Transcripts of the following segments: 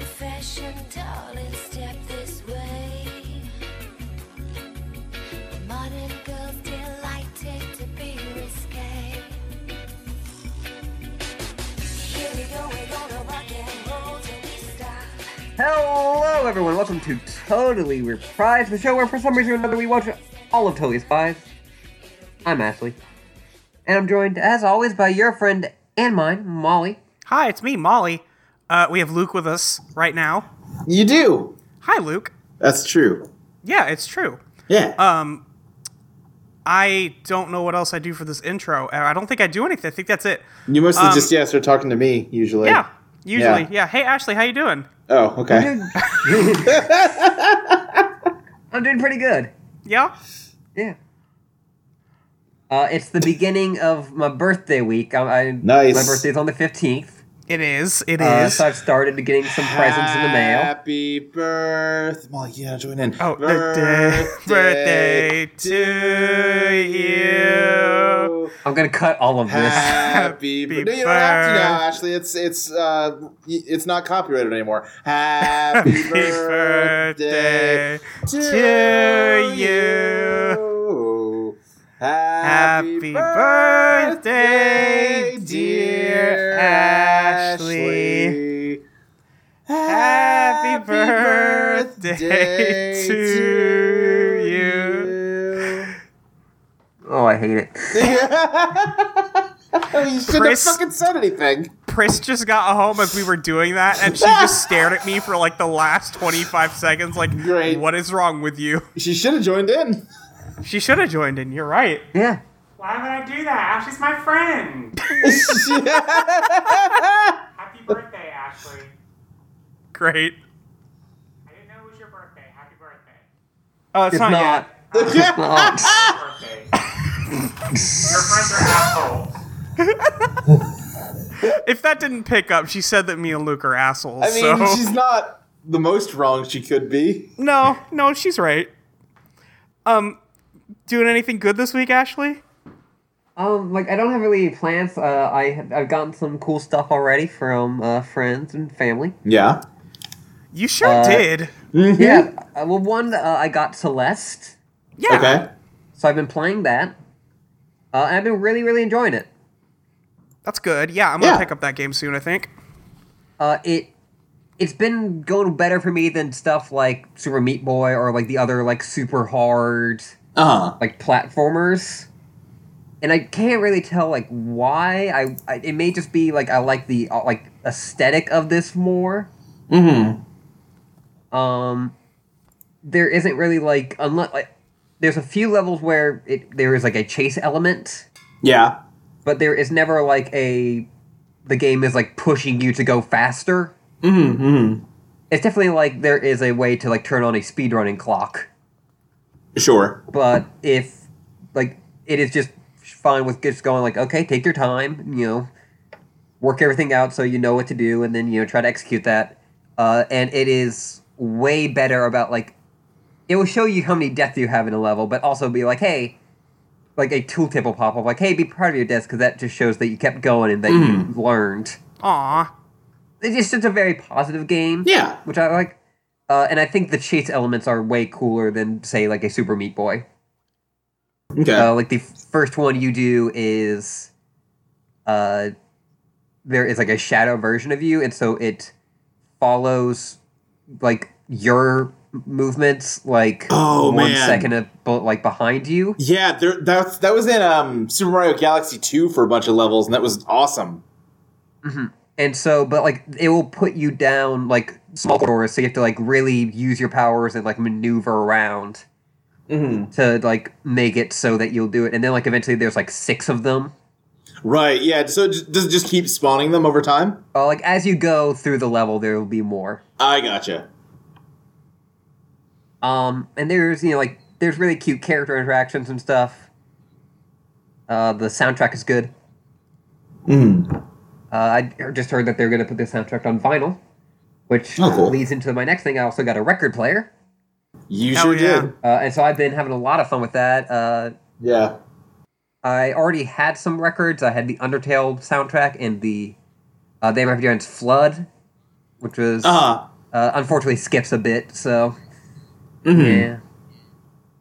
Attention, darling, step this way. Modern girls delighted to be risque. Here we go, we're gonna rock and roll till we stop. Hello, everyone. Welcome to Totally Reprised, the show where, for some reason or another, we watch all of Totally Spies. I'm Ashley, and I'm joined, as always, by your friend and mine, Molly. Hi, it's me, Molly. Uh, we have Luke with us right now. You do. Hi, Luke. That's true. Yeah, it's true. Yeah. Um, I don't know what else I do for this intro. Uh, I don't think I do anything. I think that's it. you mostly um, just yes are talking to me usually. Yeah, usually. Yeah. Yeah. Hey, Ashley, how you doing? Oh, okay. I'm doing pretty good. Yeah. Yeah. Uh, it's the beginning of my birthday week. I, I, Nice. My birthday's on the 15th, It is. It is. uh, so I've started getting some presents in the mail. Happy birth. Molly, yeah, join in. Oh, birthday, birthday to you. I'm gonna cut all of this. Happy Happy birthday. No, you don't have to now, birth- Ashley. It's it's uh y- it's not copyrighted anymore. Happy Happy birthday birthday to you. you. Happy birthday, dear Ashley. Happy birthday to you. Oh, I hate it. Oh, you shouldn't have Chris- fucking said anything. Pris just got home as we were doing that, and she just stared at me for like the last 25 seconds, like, Great. what is wrong with you? She should have joined in. She should have joined in, you're right. Yeah. Why would I do that? Ashley's my friend. Happy birthday, Ashley. Great. I didn't know it was your birthday. Happy birthday. Oh, it's, It's not, not. It's not. Birthday. your friends are assholes. yet. If that didn't pick up, she said that me and Luke are assholes. I mean, so. she's not the most wrong she could be. No, no, she's right. Um, doing anything good this week, Ashley? Um, like I don't have really any plans. Uh, I have, I've gotten some cool stuff already from uh, friends and family. Yeah. You sure Uh, did. Yeah. Uh, well, one uh, I got Celeste, Yeah. Okay. so I've been playing that. Uh, and I've been really, really enjoying it. That's good. Yeah, I'm gonna Yeah. pick up that game soon, I think. Uh, it it's been going better for me than stuff like Super Meat Boy or like the other like super hard Uh huh. like platformers. And I can't really tell like why. I, I it may just be like I like the uh, like aesthetic of this more. Mm-hmm. um there isn't really like unless like there's a few levels where it there is like a chase element Yeah. but there is never like a the game is like pushing you to go faster Mm-hmm. mm-hmm. it's definitely like there is a way to like turn on a speedrunning clock Sure. but if like it is just fine with just going like okay take your time you know work everything out so you know what to do and then you know try to execute that uh, and it is way better about like it will show you how many deaths you have in a level but also be like hey like a tooltip will pop up like hey be proud of your deaths because that just shows that you kept going and that you learned Aw. it's just it's a very positive game Yeah. which i like uh, and i think the chase elements are way cooler than say like a super meat boy Okay. uh, like the f- first one you do is, uh, there is like a shadow version of you, and so it follows like your movements, like Oh, one man. second of, bu- like behind you. yeah, there, that, that was in um, Super Mario Galaxy 2 for a bunch of levels, and that was awesome. And so, but like it will put you down like small corridors, so you have to like really use your powers and like maneuver around Mm-hmm. to like make it so that you'll do it. And then like eventually, there's like six of them. Right, yeah. So j- does it just keep spawning them over time? Uh, like as you go through the level, there will be more. I gotcha. Um, and there's you know like there's really cute character interactions and stuff. Uh, the soundtrack is good. Mm. Uh, I just heard that they're going to put the soundtrack on vinyl, which Oh, cool. leads into my next thing. I also got a record player, You Hell sure yeah. did. uh, and so I've been having a lot of fun with that. Uh, Yeah. I already had some records. I had the Undertale soundtrack and the uh, They Might Be Giants Flood, which was Uh huh. Uh, unfortunately, skips a bit, so yeah.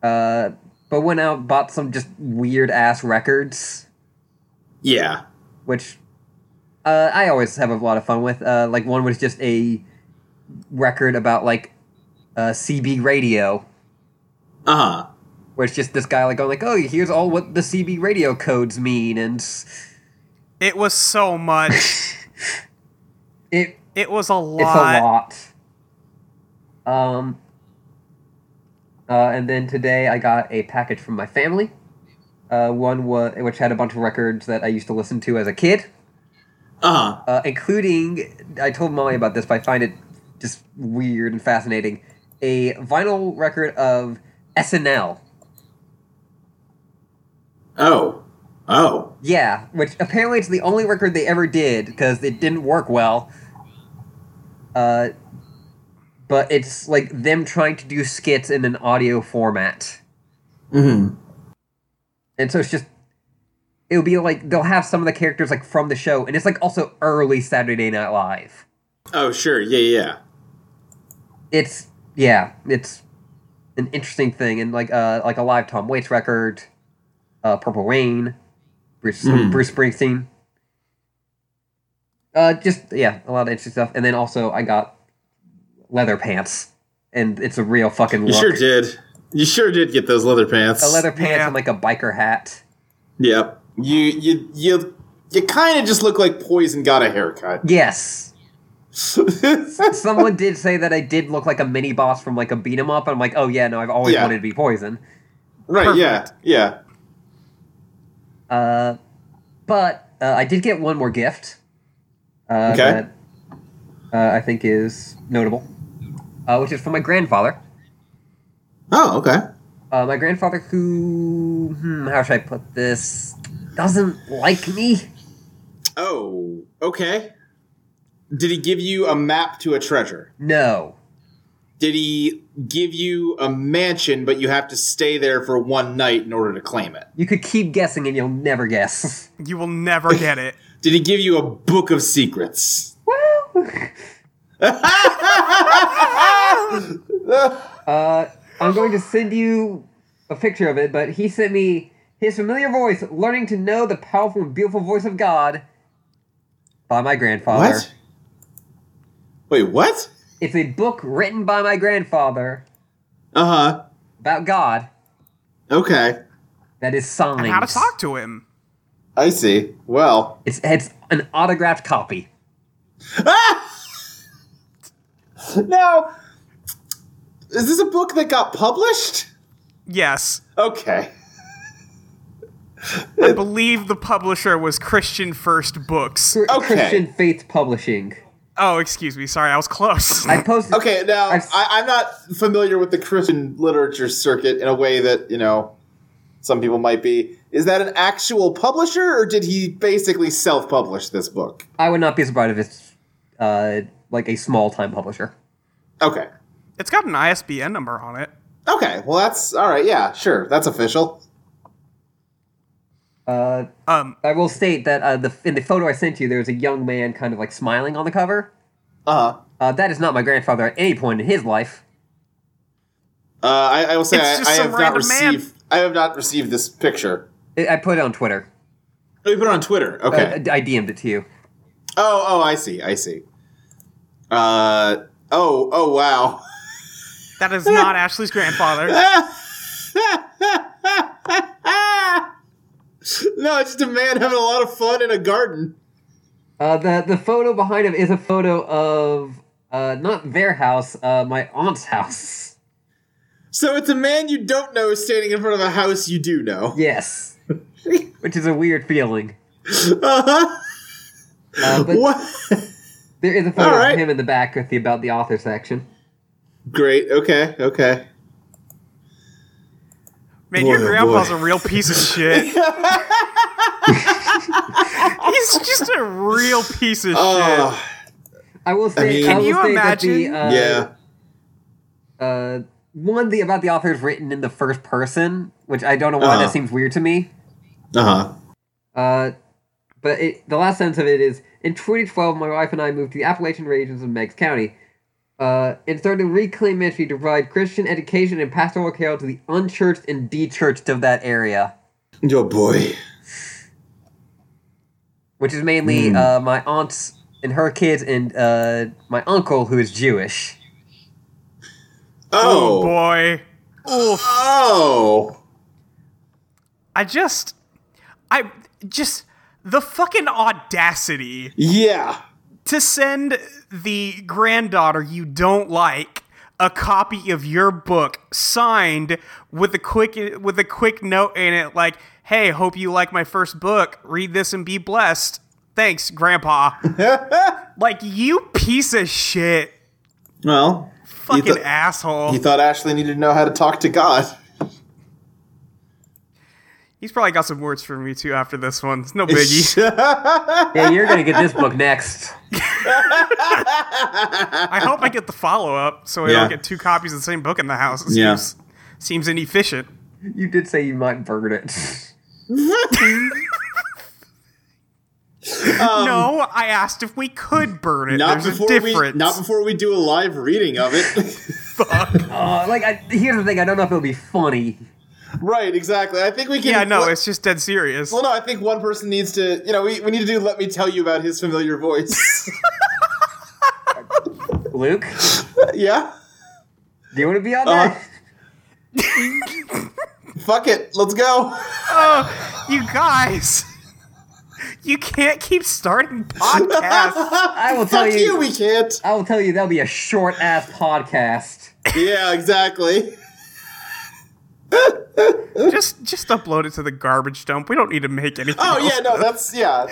Uh, but went out bought some just weird ass records, Yeah. which uh, I always have a lot of fun with. Uh, like one was just a record about like uh, CB radio, Uh huh. where it's just this guy like going like, "Oh, here's all what the CB radio codes mean," and It was so much. it it was a It's lot. a lot. Um, uh, and then today I got a package from my family. Uh, one was which had a bunch of records that I used to listen to as a kid, Uh huh. uh, including I told Molly about this, but I find it just weird and fascinating. A vinyl record of SNL. Oh. Oh. Yeah, which apparently it's the only record they ever did because it didn't work well. Uh, but it's like them trying to do skits in an audio format, Mm and so it's just it would be like they'll have some of the characters like from the show, and it's like also early Saturday Night Live. hmm. Oh, sure. Yeah, yeah. It's yeah, it's an interesting thing, and like uh like a live Tom Waits record, uh Purple Rain, Bruce Mm. Bruce Springsteen. Uh, just yeah, a lot of interesting stuff, and then also I got leather pants, and it's a real fucking You look. sure did. You sure did get those leather pants. A leather pants Yeah. and like a biker hat. Yep. You you you you kind of just look like Poison got a haircut. Yes, someone did say that I did look like a mini boss from like a beat 'em up. and I'm like, oh yeah, no, I've always Yeah. wanted to be Poison. right? Yeah. Yeah. Uh, but uh, I did get one more gift. Uh, Okay. That uh, I think is notable, uh, which is from my grandfather. Oh, okay. Uh, my grandfather, who hmm, how should I put this, doesn't like me. Oh, okay. Did he give you a map to a treasure? No, Did he give you a mansion, but you have to stay there for one night in order to claim it? you could keep guessing and you'll never guess. You will never get it. Did he give you a book of secrets? Woo! uh, I'm going to send you a picture of it, but he sent me his familiar voice, learning to know the powerful and beautiful voice of God by my grandfather. What? Wait, what? It's a book written by my grandfather Uh huh. about God Okay. that is signed. And how to talk to him. I see. Well, It's, it's an autographed copy. Ah! now, is this a book that got published? Yes. Okay. I believe the publisher was Christian First Books. Cr- Okay. Christian Faith Publishing. Oh, excuse me. Sorry, I was close. I posted. Okay, now I've- I, I'm not familiar with the Christian literature circuit in a way that you know some people might be. Is that an actual publisher, or did he basically self-publish this book? I would not be surprised if it's uh, like a small time publisher. Okay, It's got an ISBN number on it. okay, well that's all right. Yeah, sure, that's official. Uh, Um, I will state that uh, the in the photo I sent you, there was a young man kind of like smiling on the cover. Uh-huh. Uh, that is not my grandfather at any point in his life. Uh I, I will say It's I, just I some have not random man. received. I have not received this picture. I I put it on Twitter. Oh, you put it on Twitter. Uh, Okay. I DM'd it to you. oh, oh, I see. I see. Uh oh, oh wow. that is not Ashley's grandfather. Ah! No, it's just a man having a lot of fun in a garden. Uh, the the photo behind him is a photo of uh, not their house, uh, my aunt's house. So it's a man you don't know standing in front of a house you do know. Yes, which is a weird feeling. Uh-huh. Uh, but What? there is a photo Alright. of him in the back with the about the author section. Great. Okay. Okay. Man, Boy, your oh, grandpa's boy. a real piece of shit. He's just a real piece of Oh, I will say. I, will mean- Can you say imagine? That the, uh, yeah. uh, one the about the author is written in the first person, which I don't know why Uh-huh. that seems weird to me. Uh huh. Uh, but it, the last sentence of it is: In 2012, my wife and I moved to the Appalachian regions of Meigs County. Uh, it started to reclaim ministry to provide Christian education and pastoral care to the unchurched and dechurched of that area, Oh boy. which is mainly Hmm. uh, my aunts and her kids and uh, my uncle who is Jewish. Oh, Oh. boy. Oh. I just I just the fucking audacity Yeah. to send the granddaughter you don't like a copy of your book signed with a quick with a quick note in it like, "Hey, hope you like my first book. Read this and be blessed. Thanks, grandpa." like you piece of shit. Well, Fucking thought- asshole. he thought Ashley needed to know how to talk to God. He's probably got some words for me too after this one. It's no biggie. Yeah, you're gonna get this book next. I hope I get the follow up so I Yeah. don't get two copies of the same book in the house. It seems, Yeah. seems inefficient. You did say you might burn it. no, I asked if we could burn it. Um, not There's before a we difference. not before we do a live reading of it. Uh, like, I, here's the thing: I don't know if it'll be funny. right, exactly. I think we can yeah, no, well, it's just dead serious. well, no, I think one person needs to, you know, we, we need to do let me tell you about his familiar voice. Luke, yeah? do you want to be on Uh, that? Fuck it. Let's go. oh, you guys. You can't keep starting podcasts. I will tell Fuck you. you, we can't. I will tell you that'll be a short ass podcast. Yeah, exactly. just just upload it to the garbage dump. We don't need to make anything. Oh else. yeah, no, that's yeah. Uh,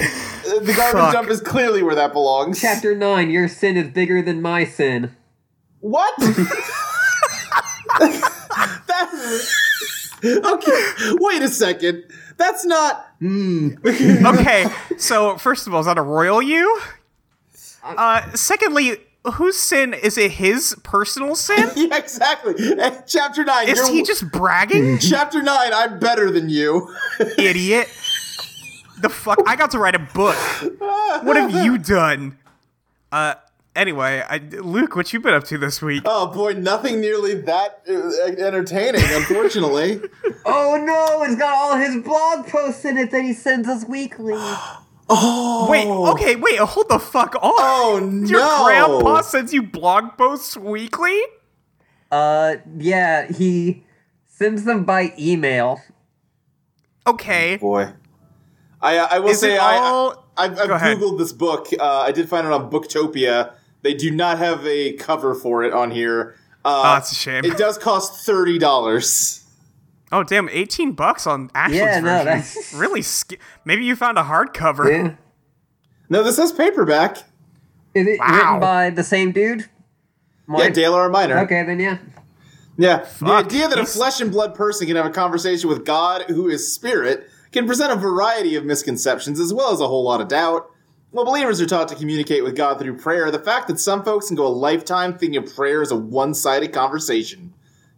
The garbage Fuck. dump is clearly where that belongs. Chapter nine: Your sin is bigger than my sin. What? That- okay, wait a second. That's not. okay, so first of all, is that a royal you? Uh, secondly, whose sin is it? His personal sin? Yeah, exactly. Eh, Chapter nine. Is you're- he just bragging? Chapter nine. I'm better than you. Idiot. The fuck? I got to write a book. What have Uh-huh. you done? Uh, anyway, I, Luke, what you been up to this week? Oh boy, nothing nearly that uh, entertaining. Unfortunately, Oh no! It's got all his blog posts in it that he sends us weekly. Wait, okay, wait, uh, hold the fuck on. Oh, Your no. grandpa sends you blog posts weekly? Uh, yeah, he sends them by email. Okay. boy. I uh, I will Is say it I- all- I I've, I've Go ahead. googled this book. Uh, I did find it on Booktopia. They do not have a cover for it on here. Oh, Uh, that's a shame. it does cost thirty dollars. Oh, damn, 18 bucks on Ashley's Yeah, version. no, that's- Really? Sk- Maybe you found a hardcover. Yeah. No, this is paperback. Is it Wow. written by the same dude? Yeah, Mine? Dale R. Minor. Okay, then yeah. Yeah. The Fuck. idea that a He's- flesh and blood person can have a conversation with God, who is spirit, can present a variety of misconceptions as well as a whole lot of doubt. While believers are taught to communicate with God through prayer, the fact that some folks can go a lifetime thinking of prayer as a one sided conversation.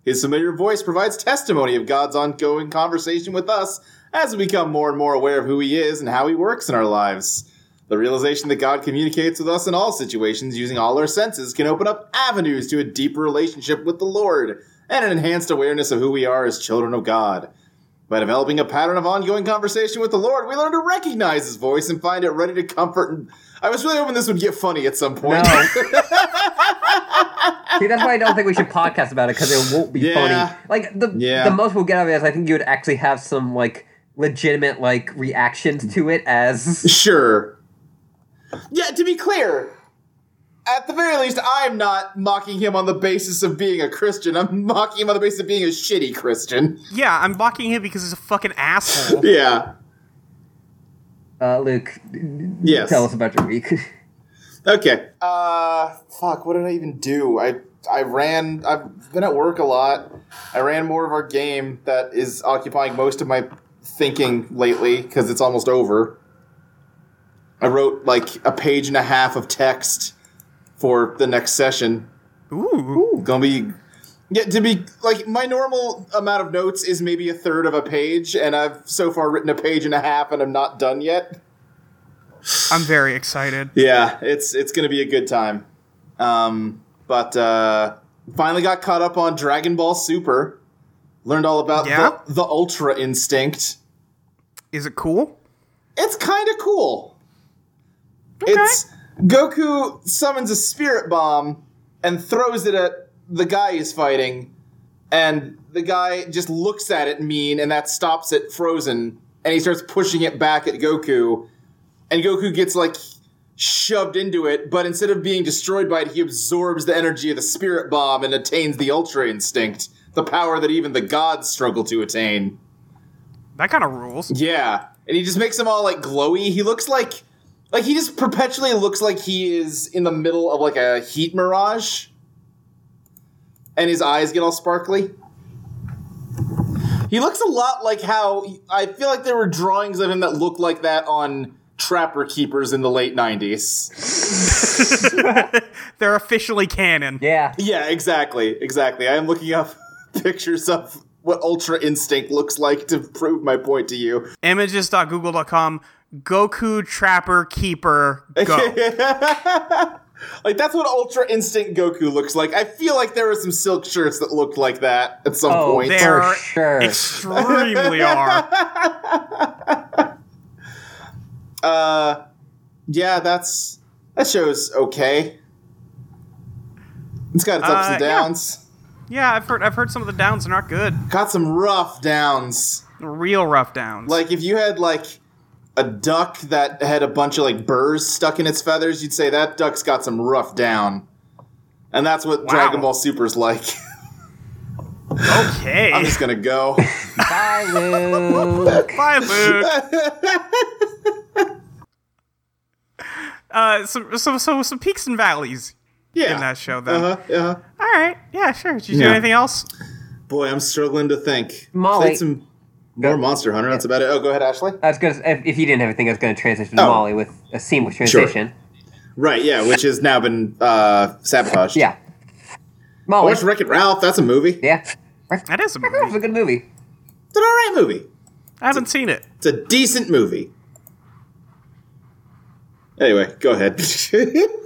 His familiar voice provides testimony of God's ongoing conversation with us as we become more and more aware of who He is and how He works in our lives. The realization that God communicates with us in all situations using all our senses can open up avenues to a deeper relationship with the Lord and an enhanced awareness of who we are as children of God. By developing a pattern of ongoing conversation with the Lord, we learn to recognize His voice and find it ready to comfort. And I was really hoping this would get funny at some point. No. See, that's why I don't think we should podcast about it because it won't be Yeah. funny. Like the Yeah. the most we'll get out of it is I think you would actually have some like legitimate like reactions to it as Sure. Yeah, to be clear, at the very least, I'm not mocking him on the basis of being a Christian. I'm mocking him on the basis of being a shitty Christian. Yeah, I'm blocking him because he's a fucking asshole. Yeah. uh, Luke. Yes. Tell us about your week. Okay. Uh, fuck. What did I even do? I I ran. I've been at work a lot. I ran more of our game that is occupying most of my thinking lately because it's almost over. I wrote like a page and a half of text for the next session. Ooh. gonna be yeah to be like my normal amount of notes is maybe a third of a page and i've so far written a page and a half and i'm not done yet I'm very excited. yeah it's it's gonna be a good time um But uh, finally got caught up on Dragon Ball Super. Learned all about Yeah? the, the Ultra Instinct. Is it cool? It's kind of cool. It's Goku summons a spirit bomb and throws it at the guy he's fighting, and the guy just looks at it mean, and that stops it frozen, and he starts pushing it back at Goku, and Goku gets like shoved into it, but instead of being destroyed by it, he absorbs the energy of the spirit bomb and attains the Ultra Instinct, the power that even the gods struggle to attain. That kind of rules. Yeah, and he just makes them all like glowy. He looks like like he just perpetually looks like he is in the middle of like a heat mirage. And his eyes get all sparkly. He looks a lot like how I feel like there were drawings of him that looked like that on Trapper Keepers in the late 90s. They're officially canon. Yeah. Yeah, exactly. Exactly. I am looking up pictures of what Ultra Instinct looks like to prove my point to you. Images.google.com. Goku Trapper Keeper Go. Like that's what Ultra Instinct Goku looks like. I feel like there were some silk shirts that looked like that at some Oh, point. there- They're sure. extremely are. Uh, yeah, that's that show's okay. It's got its ups Uh, and yeah. downs. Yeah, I've heard I've heard some of the downs and aren't good. Got some rough downs. Real rough downs. Like if you had like a duck that had a bunch of like burrs stuck in its feathers, you'd say that duck's got some rough down. And that's what Dragon Ball Super's like. I'm okay. just gonna go. Bye, Luke. Bye, Luke. uh, so, so, so some peaks and valleys Yeah. in that show, then. Uh-huh, uh-huh. All right. Yeah, sure. Did you Yeah. do anything else? Boy, I'm struggling to think. Molly. Played some more Go- Monster Hunter. That's about it. Oh, go ahead, Ashley. I was gonna. If, if you didn't have anything, I was gonna transition to Oh. Molly with a seamless transition. Right, yeah, which has now been uh, sabotaged. Yeah. I Molly. watched Wreck It Ralph. That's a movie. yeah. Right. That is a That was movie. a good movie. It's an alright movie. I haven't seen it. It's a decent movie. Anyway, go ahead.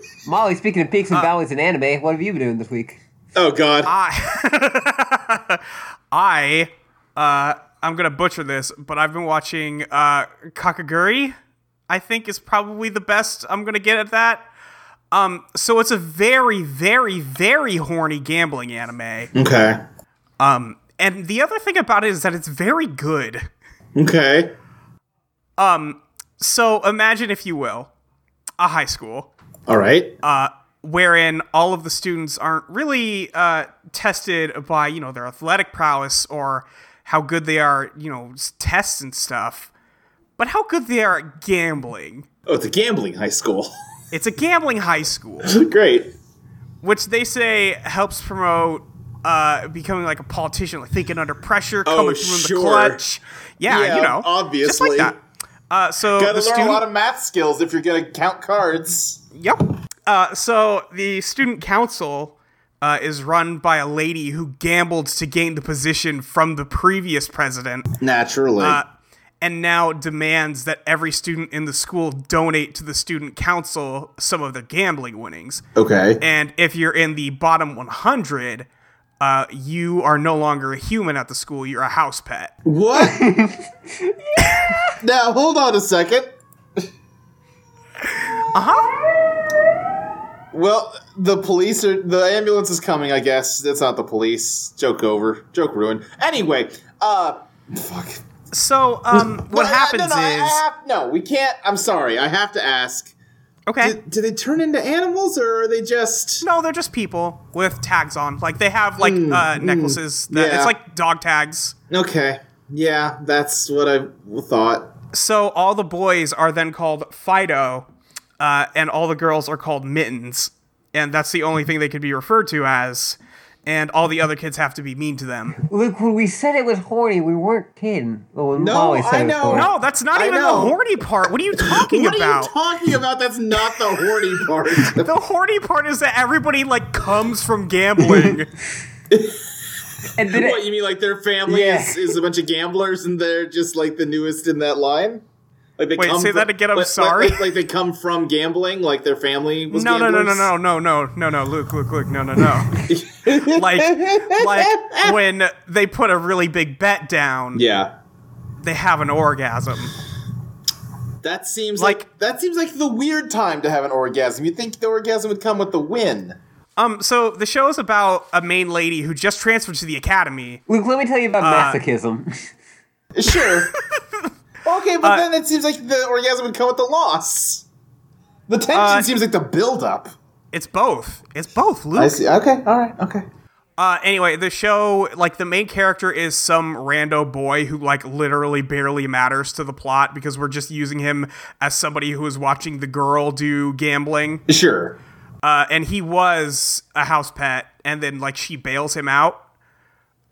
Molly, speaking of Uh. peaks and valleys in anime, what have you been doing this week? oh, God. I, I, uh, I'm gonna butcher this, but I've been watching uh, Kakaguri. I think is probably the best I'm gonna get at that. Um, so it's a very, very, very horny gambling anime. Okay. Um, and the other thing about it is that it's very good. Okay. Um, so imagine, if you will, a high school. Alright. uh, wherein all of the students aren't really uh, tested by you know their athletic prowess or how good they are, you know, s- tests and stuff, but how good they are at gambling. oh, it's a gambling high school. It's a gambling high school, Great. which they say helps promote uh, becoming like a politician, like thinking under pressure, Oh, coming through in sure. the clutch. Yeah, Yeah, you know, just obviously. like that. Uh, so Gotta the learn student, a lot of math skills if you're gonna count cards. Yep. Uh, so the student council uh, is run by a lady who gambled to gain the position from the previous president Naturally. Uh, and now demands that every student in the school donate to the student council some of their gambling winnings. okay. And if you're in the bottom 100, uh, you are no longer a human at the school, you're a house pet. What? Now hold on a second. Uh huh. Uh-huh. Well, the police are the ambulance is coming. I guess it's not the police. Joke over. Joke ruined. Anyway, uh, fuck. So um, what uh, No, I- happens no, no, I- I is. have- no, we can't. I'm sorry. I have to ask. okay. Do, do they turn into animals or are they just? No, they're just people with tags on. Like they have like uh, necklaces. that, Hmm, yeah. It's like dog tags. Okay. Yeah, that's what I thought. So all the boys are then called Fido, uh, and all the girls are called Mittens, and that's the only thing they could be referred to as. And all the other kids have to be mean to them. Luke, when we said it was horny, we weren't kidding. Well, when No, Molly said I it was know. horny. No, that's not I even the know. horny part. What are you talking What are about? you talking about? That's not the horny part. the horny part is that everybody like comes from gambling. And then what it, you mean? Like their family Yeah. is, is a bunch of gamblers and they're just like the newest in that line? Like they Wait, come say that again, I'm like- like- sorry. Like, like they come from gambling, like their family was No, no, no, no, gamblers? no, no, no, no, no, Luke, Luke, Luke, no, no, no. like, like when they put a really big bet down, Yeah. they have an orgasm. That seems like, Like- that seems like the weird time to have an orgasm. You'd think the orgasm would come with the win. Um, so the show is about a main lady who just transferred to the academy. Luke, let me tell you about Uh, masochism. Uh, Sure. okay, but Uh, then it seems like the orgasm would come with the loss. The tension Uh, seems like the buildup. It's both. It's both, Luke. I see. Okay. All right. Okay. Uh, anyway, the show, like, the main character is some rando boy who, like, literally barely matters to the plot because we're just using him as somebody who is watching the girl do gambling. Sure. Uh, and he was a house pet, and then, like, she bails him out.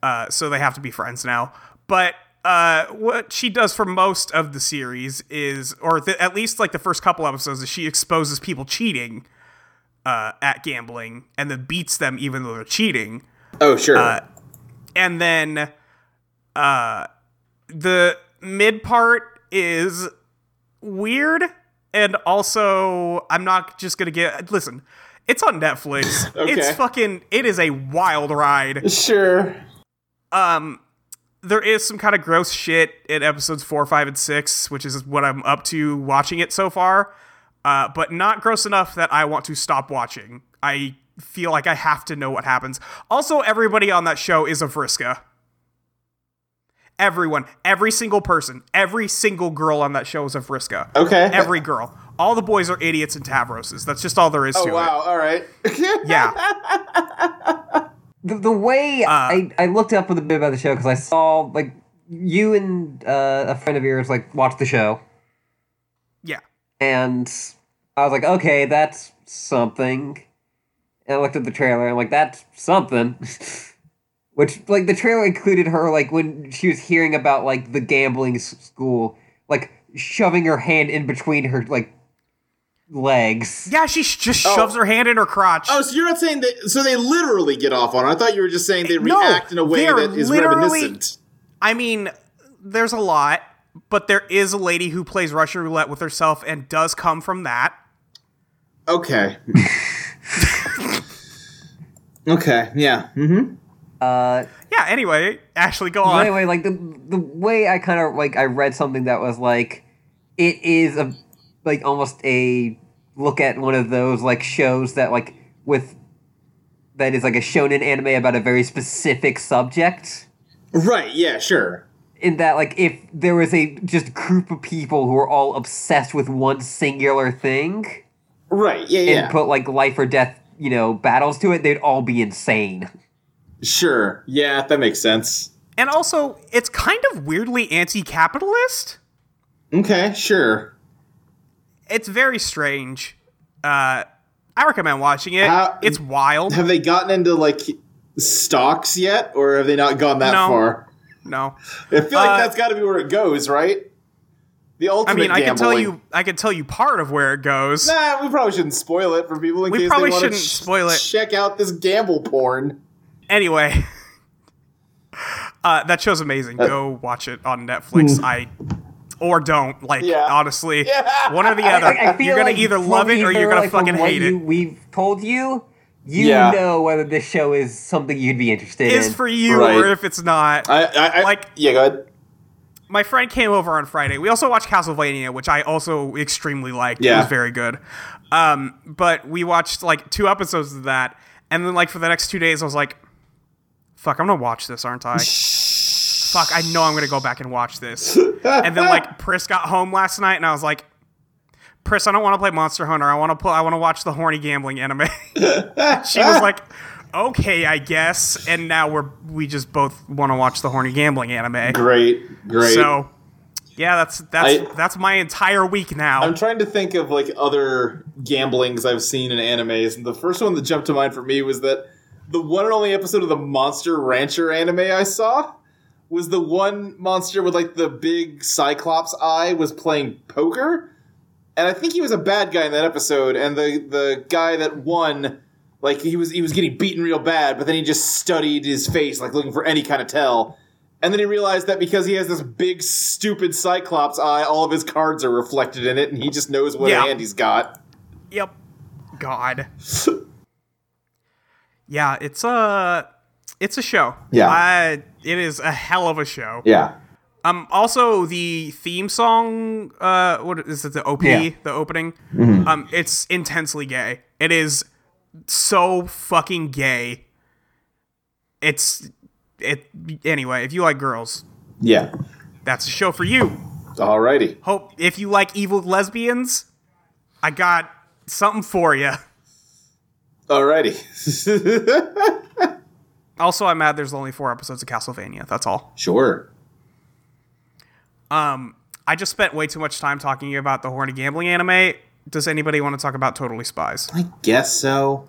Uh, so they have to be friends now. But uh, what she does for most of the series is, or th- at least, like, the first couple episodes, is she exposes people cheating uh, at gambling and then beats them even though they're cheating Oh, sure. Uh, and then uh the mid part is weird and also I'm not just going to get listen it's on Netflix Okay. it's fucking it is a wild ride sure. um there is some kind of gross shit in episodes 4 5 and 6 which is what I'm up to watching it so far uh but not gross enough that I want to stop watching I feel like I have to know what happens also everybody on that show is a Vriska Everyone, every single person, every single girl on that show is a Friska. Okay. Every girl. All the boys are idiots and Tavroses. That's just all there is Oh to wow. All right. it. Yeah. the, the way uh, I, I looked up a bit about the show because I saw like you and uh, a friend of yours like watched the show Yeah. and I was like, okay, that's something. And I looked at the trailer. I'm like, that's something. Which like the trailer included her like when she was hearing about like the gambling s- school, like shoving her hand in between her like legs. Yeah, she sh- just shoves her hand in her crotch. Oh, so you're not saying that? So they literally get off on it. I thought you were just saying they No, react in a way they are that is literally- reminiscent. I mean, there's a lot, but there is a lady who plays Russian roulette with herself and does come from that. Okay. okay. Yeah. Mm-hmm. Uh, Yeah, anyway, Ashley, go on. But anyway, like the the way I kind of like I read something that was like it is a like almost a look at one of those like shows that like with that is like a shonen anime about a very specific subject Right. Yeah. Sure. in that like if there was a just group of people who are all obsessed with one singular thing Right. Yeah. and Yeah. put like life or death you know battles to it they'd all be insane sure. Yeah. That makes sense. And also, it's kind of weirdly anti capitalist. Okay. Sure. It's very strange. Uh, I recommend watching it. How- it's wild. Have they gotten into like stocks yet, or have they not gone that No. far? No. I feel like Uh, that's got to be where it goes, right? The ultimate. I mean, I can tell gambling. you I can tell you part of where it goes. Nah, we probably shouldn't spoil it for people in We case probably they want shouldn't to spoil it. check out this gamble porn. Anyway. Uh, that show's amazing. Go watch it on Netflix. hmm. I or don't like Yeah. honestly. Yeah. One or the other. I- I feel you're gonna like either from love it either, or you're gonna like, from fucking what hate you- it. We've told you, you Yeah. know whether this show is something you'd be interested in. Is for you Right. or if it's not. I, I, I Like- yeah, go ahead. My friend came over on Friday. We also watched Castlevania, which I also extremely liked. It Yeah. was very good. Um, but we watched like two episodes of that, and then like for the next two days, I was like, "Fuck, I'm gonna watch this, aren't I?" Fuck, I know I'm gonna go back and watch this. and then like Pris got home last night, and I was like, "Pris, I don't want to play Monster Hunter. I want to pull. I want to watch the horny gambling anime." she was like, "Okay, I guess." And now we're we just both want to watch the horny gambling anime. Great, great. So, yeah, that's that's I- that's my entire week now. I'm trying to think of like other gamblings I've seen in animes, and the first one that jumped to mind for me was that the one and only episode of the Monster Rancher anime I saw was the one monster with like the big cyclops eye was playing poker, and I think he was a bad guy in that episode, and the the guy that won. Like he was, he was getting beaten real bad, but then he just studied his face, like looking for any kind of tell, And then he realized that because he has this big, stupid Cyclops eye, all of his cards are reflected in it, and he just knows what Yeah. hand he's got. Yep. God. yeah, it's a it's a show. Yeah. I, it is a hell of a show. Yeah. Um. Also, the theme song. Uh. What is it? The OP. Yeah. The opening. Um. It's intensely gay. It is so fucking gay. It's it. Anyway, if you like girls, Yeah. that's a show for you. Alrighty. Hope if you like evil lesbians, I got something for you. Alrighty. Also, I'm mad there's only four episodes of Castlevania. That's all. sure. Um, I just spent way too much time talking about the horny gambling anime. Does anybody want to talk about Totally Spies? I guess so.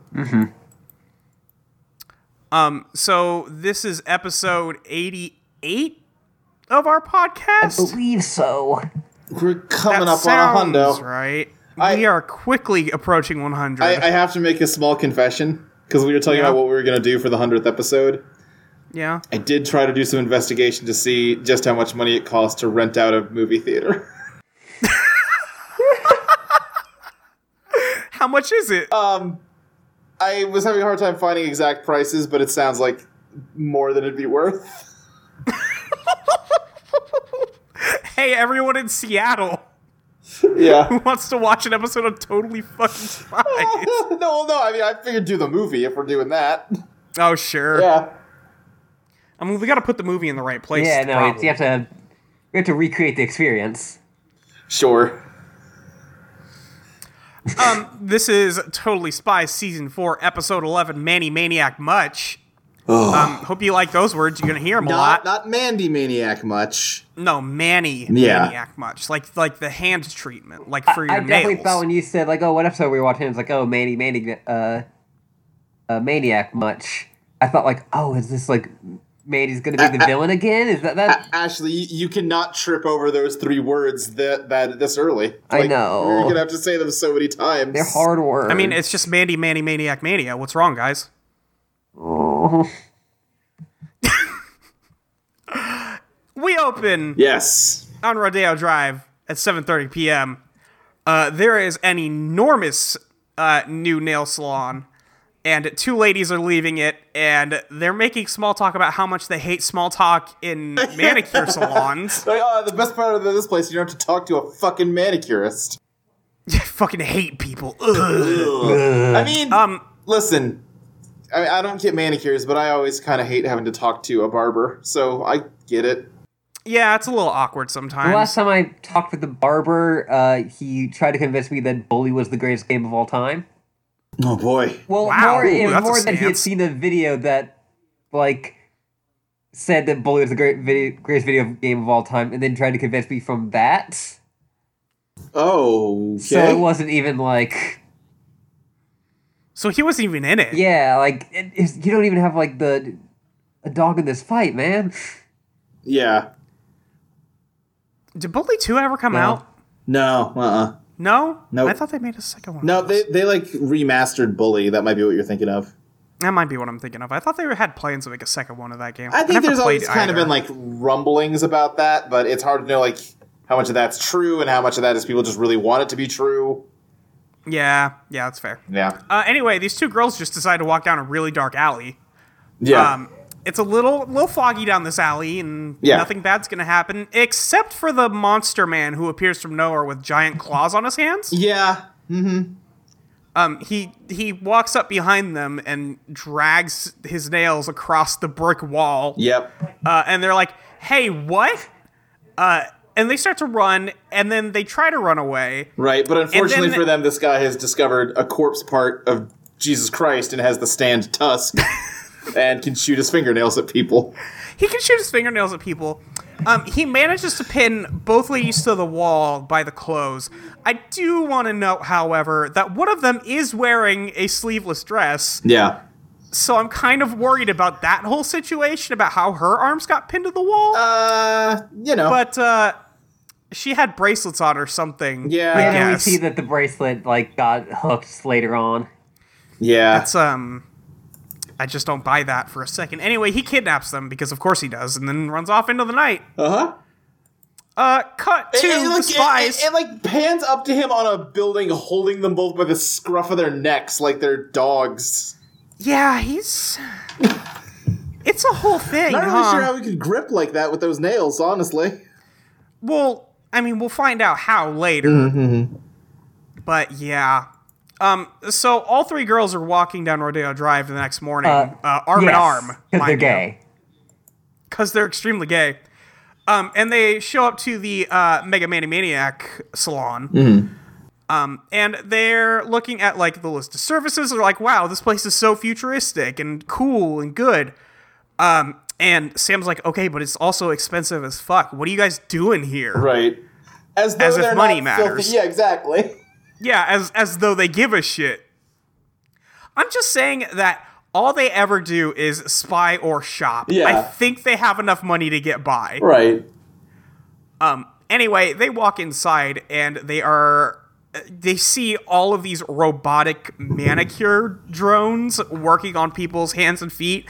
Um, so this is episode 88 of our podcast. believe so. We're coming That up on sounds a hundo. right. I- we are quickly approaching 100. I, I have to make a small confession because we were talking Yeah. about what we were going to do for the 100th episode. yeah. I did try to do some investigation to see just how much money it costs to rent out a movie theater. How much is it? Um, I was having a hard time finding exact prices, but it sounds like more than it'd be worth. hey, everyone in Seattle Yeah. wants to watch an episode of Totally Fucking Spies. no, well, no. I mean, I figured do the movie if we're doing that. oh, sure. Yeah. I mean, we got to put the movie in the right place. Yeah, is the no, it's, problem. you have to you have to recreate the experience. Sure. Um, this is Totally Spies Season 4, Episode 11, Manny Maniac Much. Um, hope you like those words. You're going to hear them a lot. Not not Mandy Maniac much. no, Manny Yeah. Maniac Much. Like like the hand treatment, like for I your definitely nails. felt when you said like, "Oh, what episode we were watching?" It's like, "Oh, Manny, Manny, uh, uh, maniac." Much. I thought like, "Oh, is this like Manny's gonna be the villain again?" Is that that? Ashley, you, you cannot trip over those three words that that this early. I know. You're gonna have to say them so many times. They're hard words. I mean, it's just Mandy, Manny, Maniac, Mania. What's wrong, guys? Oh. We open Yes. on Rodeo Drive at 7:30 p.m. Uh, there is an enormous uh, new nail salon, and two ladies are leaving it, and they're making small talk about how much they hate small talk in manicure salons. Like, oh, the best part of this place, you don't have to talk to a fucking manicurist. I fucking hate people. Ugh. I mean, Um, listen, I, I don't get manicures, but I always kind of hate having to talk to a barber, so I get it. yeah, it's a little awkward The sometimes. last time I talked with the barber, uh, he tried to convince me that Bully was the greatest game of all time. Oh boy. Well, Wow, more, it ooh, was that's a more that he had stance. seen a video that, like, said that Bully was the great video, greatest video game of all time, and then tried to convince me from that. Oh. Okay. So it wasn't even like, so he wasn't even in it. yeah, like it, it's- you don't even have like the a dog in this fight, man. yeah. Did Bully Two ever come No. out? No. Uh. uh No. Nope. I thought they made a second one. No. They they like remastered Bully. That might be what you're thinking of. that might be what I'm thinking of. I thought they had plans to make a second one of that game. I think never there's played always kind of either. been like rumblings about that, but it's hard to know like how much of that's true and how much of that is people just really want it to be true. yeah, yeah, that's fair. Yeah. Uh, anyway, these two girls just decide to walk down a really dark alley. Yeah. Um, it's a little little foggy down this alley, and Yeah. nothing bad's gonna happen except for the monster man who appears from nowhere with giant claws on his hands. yeah. Um, he he walks up behind them and drags his nails across the brick wall. Yep. Uh, and they're like, "Hey, what?" Uh, and they start to run, and then they try to run away. Right, but unfortunately then- for them, this guy has discovered a corpse part of Jesus Christ and has the stand tusk and can shoot his fingernails at people. He can shoot his fingernails at people. Um, he manages to pin both ladies to the wall by the clothes. I do want to note, however, that one of them is wearing a sleeveless dress, Yeah. so I'm kind of worried about that whole situation about how her arms got pinned to the wall. Uh, you know. but uh, she had bracelets on or something. Yeah. I Yeah, And then we guess. see that the bracelet like got hooked later on. yeah. That's um, I just don't buy that for a second. Anyway, he kidnaps them because of course he does, and then runs off into the night. Uh huh. Uh, cut to it, the like, spies. It, it, it, like pans up to him on a building, holding them both by the scruff of their necks like they're dogs. yeah, he's. It's a whole thing, Not huh? really sure how we could grip like that with those nails, honestly. Well, I mean, we'll find out how later. Mm-hmm, But yeah. Um, so all three girls are walking down Rodeo Drive the next morning, uh, arm in arm. because they're gay. Because they're extremely gay. Um, and they show up to the uh, Mega Mani Maniac salon. Mm-hmm. Um, and they're looking at like the list of services. They're like, wow, this place is so futuristic and cool and good. Um, and Sam's like, okay, but it's also expensive as fuck. What are you guys doing here? Right. As, though As if they're money not matters. Filthy. Yeah, exactly. Yeah, as as though they give a shit. I'm just saying that all they ever do is spy or shop. Yeah. I think they have enough money to get by. Right. Um anyway, they walk inside and they are they see all of these robotic manicure drones working on people's hands and feet.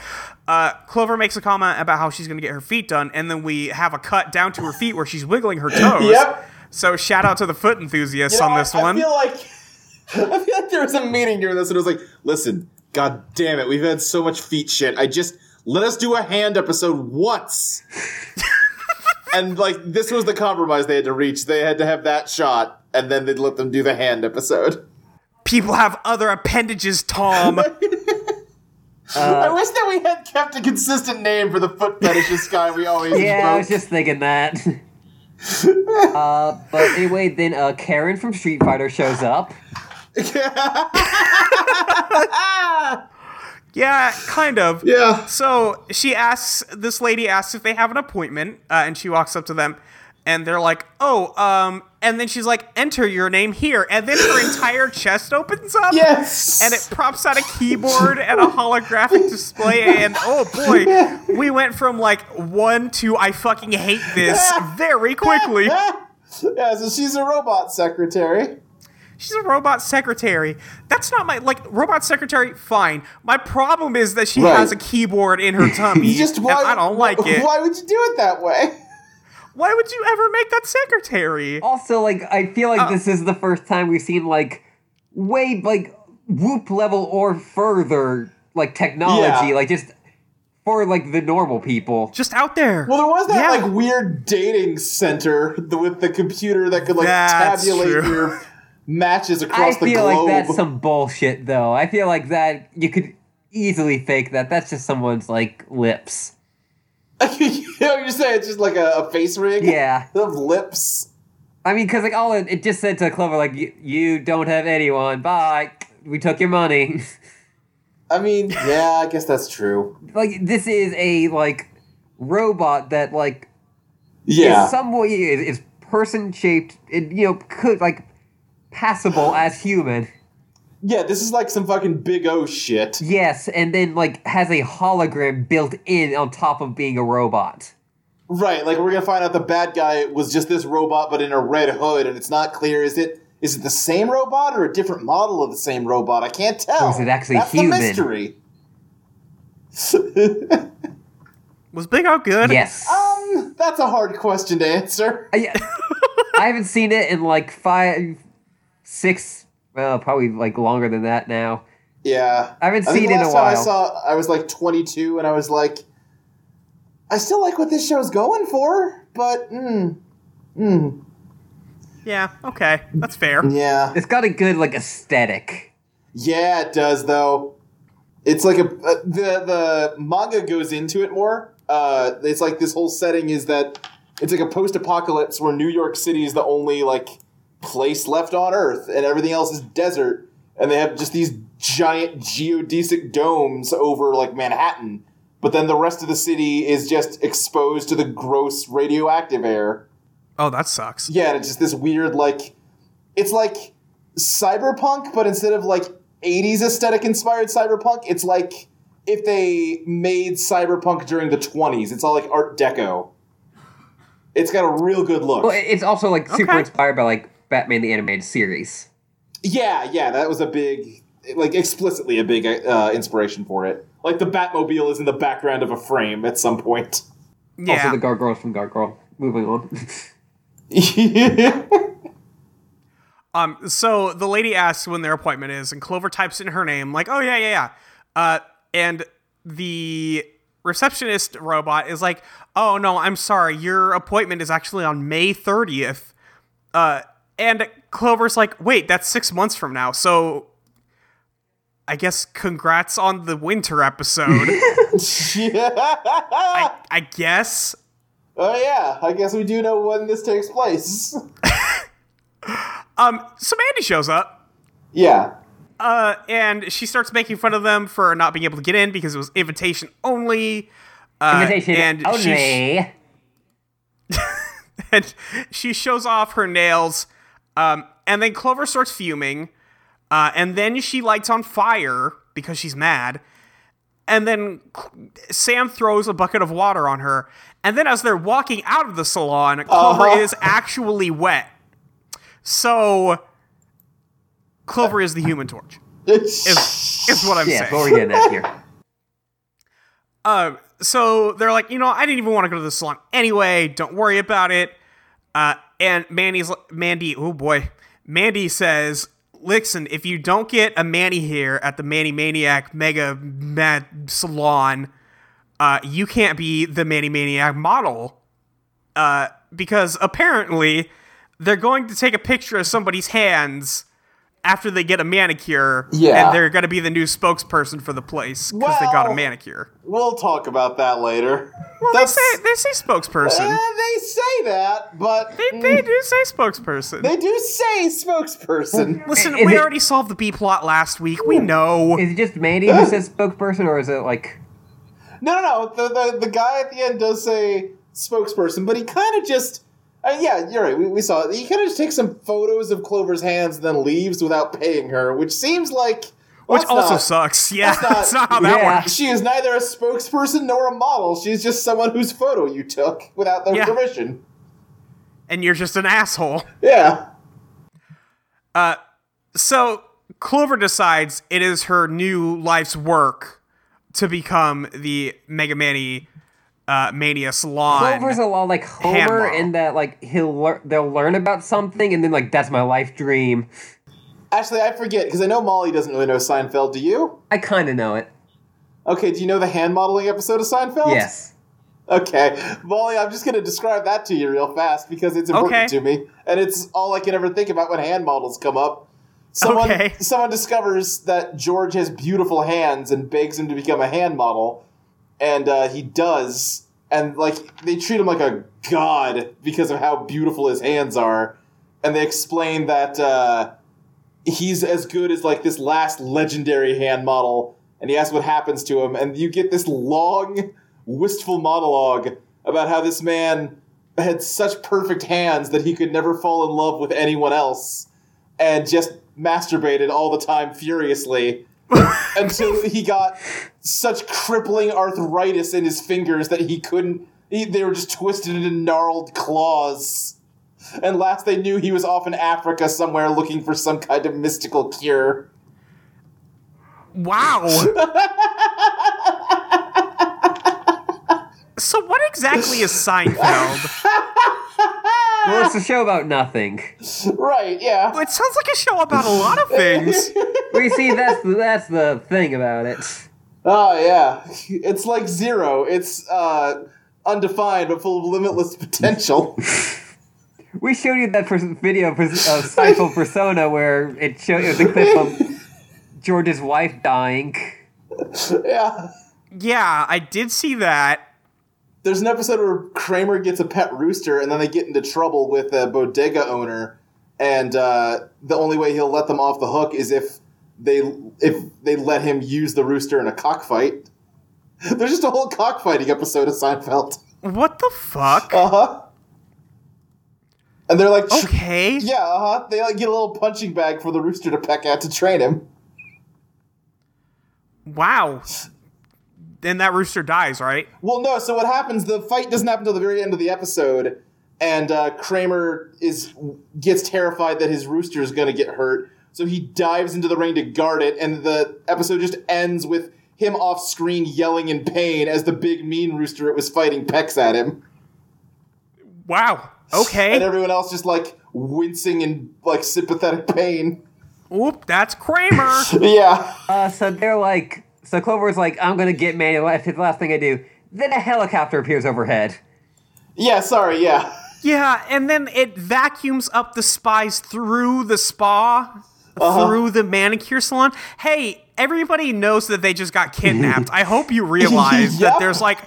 Uh, Clover makes a comment about how she's going to get her feet done, and then we have a cut down to her feet where she's wiggling her toes. Yep. So shout out to the foot enthusiasts You know, on this I, one. I feel like I feel like there was a meeting during this, and it was like, "Listen, god damn it, we've had so much feet shit. I just let us do a hand episode once." and like this was the compromise they had to reach. They had to have that shot, and then they'd let them do the hand episode. People have other appendages, Tom. Uh, I wish that we had kept a consistent name for the foot fetishist guy we always Yeah, I was invoked. just thinking that. uh, but anyway, then uh, Karen from Street Fighter shows up. yeah, kind of. yeah. So she asks, this lady asks if they have an appointment, uh, and she walks up to them, and they're like, oh, um, and then she's like, enter your name here. And then her entire chest opens up. Yes. And it props out a keyboard and a holographic display, and oh boy, we went from like one to I fucking hate this very quickly. yeah, so she's a robot secretary. She's a robot secretary. That's not my like robot secretary. Fine. My problem is that she Right. has a keyboard in her tummy. You just why and I don't like it. Why, Why would you do it that way? would you ever make that secretary? Also, like, I feel Uh. like this is the first time we've seen like way like whoop level or further like technology, Yeah. like just for like the normal people. Just out there. Well, there was that Yeah. like weird dating center th- with the computer that could like That's tabulate true. your matches I across the feel globe. like that's some bullshit, though. I feel like that you could easily fake that. That's just someone's like lips. you know, what you're saying it's just like a, a face ring. Yeah. of lips. I mean, because like all it, it just said to Clover, like "You- you don't have anyone. Bye. We took your money. I mean, yeah, I guess that's true. like this is a like robot that like Yeah, in some way is, is person shaped. It you know could like passable as human. yeah. This is like some fucking big O shit. Yes, and then like has a hologram built in on top of being a robot. Right, like we're gonna find out the bad guy was just this robot, but in a red hood, and it's not clear is it is it the same robot or a different model of the same robot? I can't tell. Or is it actually That's human? The mystery. was Big O good? Yes. um, that's a hard question to answer. I, I haven't seen it in like five, six, well, probably like longer than that now. Yeah, I haven't think seen the it in a last time I while. saw, I was like 22, and I was like, I still like what this show's going for, but mm, mm, Yeah. Okay. That's fair. yeah. It's got a good like aesthetic. Yeah, it does though. It's like a uh, the the manga goes into it more. Uh, it's like this whole setting is that it's like a post apocalypse where New York City is the only like place left on Earth, and everything else is desert, and they have just these giant geodesic domes over like Manhattan. But then the rest of the city is just exposed to the gross radioactive air. Oh, that sucks. Yeah, and it's just this weird like it's like cyberpunk, but instead of like 80s aesthetic inspired cyberpunk, it's like if they made cyberpunk during the 20s. It's all like art deco. It's got a real good look. Well, it- it's also like super Okay. inspired by like Batman the animated series. yeah, yeah, that was a big like explicitly a big uh, inspiration for it. Like the Batmobile is in the background of a frame at some point. Yeah. Also, the gargoyles from Gargoyle. Moving on. um. So the lady asks when their appointment is, and Clover types in her name, like, "Oh yeah, yeah, yeah." Uh, and the receptionist robot is like, "Oh no, I'm sorry. Your appointment is actually on May 30th." Uh, and Clover's like, "Wait, that's six months from now." So. I guess congrats on the winter episode. Yeah. I guess. Oh yeah, I guess we do know when this takes place. Um, so Mandy shows up, yeah. uh, and she starts making fun of them for not being able to get in because it was invitation only. Uh, Invitation and She, only. and she shows off her nails, um, and then Clover starts fuming, uh, and then she lights on fire because she's mad. And then Cl- Sam throws a bucket of water on her. And then as they're walking out of the salon, Clover Uh-huh. is actually wet. So Clover is the human torch. is what I'm Yeah, that's saying. what we're getting at here. Um, so they're like, you know, I didn't even want to go to the salon anyway. Don't worry about it. Uh, and Mandy's Mandy, oh boy, Mandy says, listen, if you don't get a Manny here at the Manny Maniac Mega Mad Salon, uh, you can't be the Manny Maniac model, uh, because apparently they're going to take a picture of somebody's hands. After they get a manicure, Yeah. and they're going to be the new spokesperson for the place because they got a Well, manicure. we'll talk about that later. They say, they say spokesperson. Eh, they say that, but mm, They, they do say spokesperson. they do say spokesperson. Listen, Is we it- already solved the B plot last week. We know. Is it just Mandy who says spokesperson, or is it like No, no, no. The, the, the guy at the end does say spokesperson, but he kind of just. Uh, yeah, you're right. We, we saw it. He kind of just takes some photos of Clover's hands and then leaves without paying her, which seems like. well, Which that's also not- sucks. Yeah, that's not- that's not how that Yeah. works. She is neither a spokesperson nor a model. She's just someone whose photo you took without their Yeah. permission. And you're just an asshole. Yeah. So Clover decides it is her new life's work to become the Mega Manny uh, Mania Salon. Clover's a lot like Hand Homer model. in that like he'll lear- they'll learn about something and then like that's my life dream. Actually, I forget because I know Molly doesn't really know Seinfeld. Do you? I kind of know it. Okay. Do you know the hand modeling episode of Seinfeld? Yes. Okay, Molly, I'm just going to describe that to you real fast because it's important Okay. to me, and it's all I can ever think about when hand models come up. Someone, Okay. someone discovers that George has beautiful hands and begs him to become a hand model, and uh, he does. And like they treat him like a god because of how beautiful his hands are, and they explain that uh, he's as good as like this last legendary hand model. And he asks what happens to him, and you get this long wistful monologue about how this man had such perfect hands that he could never fall in love with anyone else and just masturbated all the time furiously until he got such crippling arthritis in his fingers that he couldn't he, they were just twisted into gnarled claws and last they knew he was off in africa somewhere looking for some kind of mystical cure Wow. so what exactly is Seinfeld? Well, it's a show about nothing. right yeah It sounds like a show about a lot of things. We see that's the, that's the thing about it. Oh yeah, it's like zero. It's uh, undefined but full of limitless potential. We showed you that pers- video pers- of Stifle Persona where it showed it was a clip of George's wife dying. yeah, yeah, I did see that. there's an episode where Kramer gets a pet rooster, and then they get into trouble with a bodega owner, and uh, the only way he'll let them off the hook is if they if they let him use the rooster in a cockfight. There's just a whole cockfighting episode of Seinfeld. What the fuck? Uh huh. And they're like, tr- Okay. yeah, uh huh. They like get a little punching bag for the rooster to peck at to train him. Wow. Then that rooster dies, right? Well, no. So what happens? The fight doesn't happen until the very end of the episode, and uh, Kramer is gets terrified that his rooster is going to get hurt, so he dives into the rain to guard it, and the episode just ends with him off screen yelling in pain as the big mean rooster it was fighting pecks at him. Wow. And Okay. everyone else just like wincing in like sympathetic pain. Oop, that's Kramer. Yeah. Uh, so they're like, so Clover's like, I'm gonna get Manny. That's the last thing I do. Then a helicopter appears overhead. Yeah, sorry, yeah. yeah, and then it vacuums up the spies through the spa, Uh-huh. through the manicure salon. Hey, everybody knows that they just got kidnapped. I hope you realize Yep. that there's like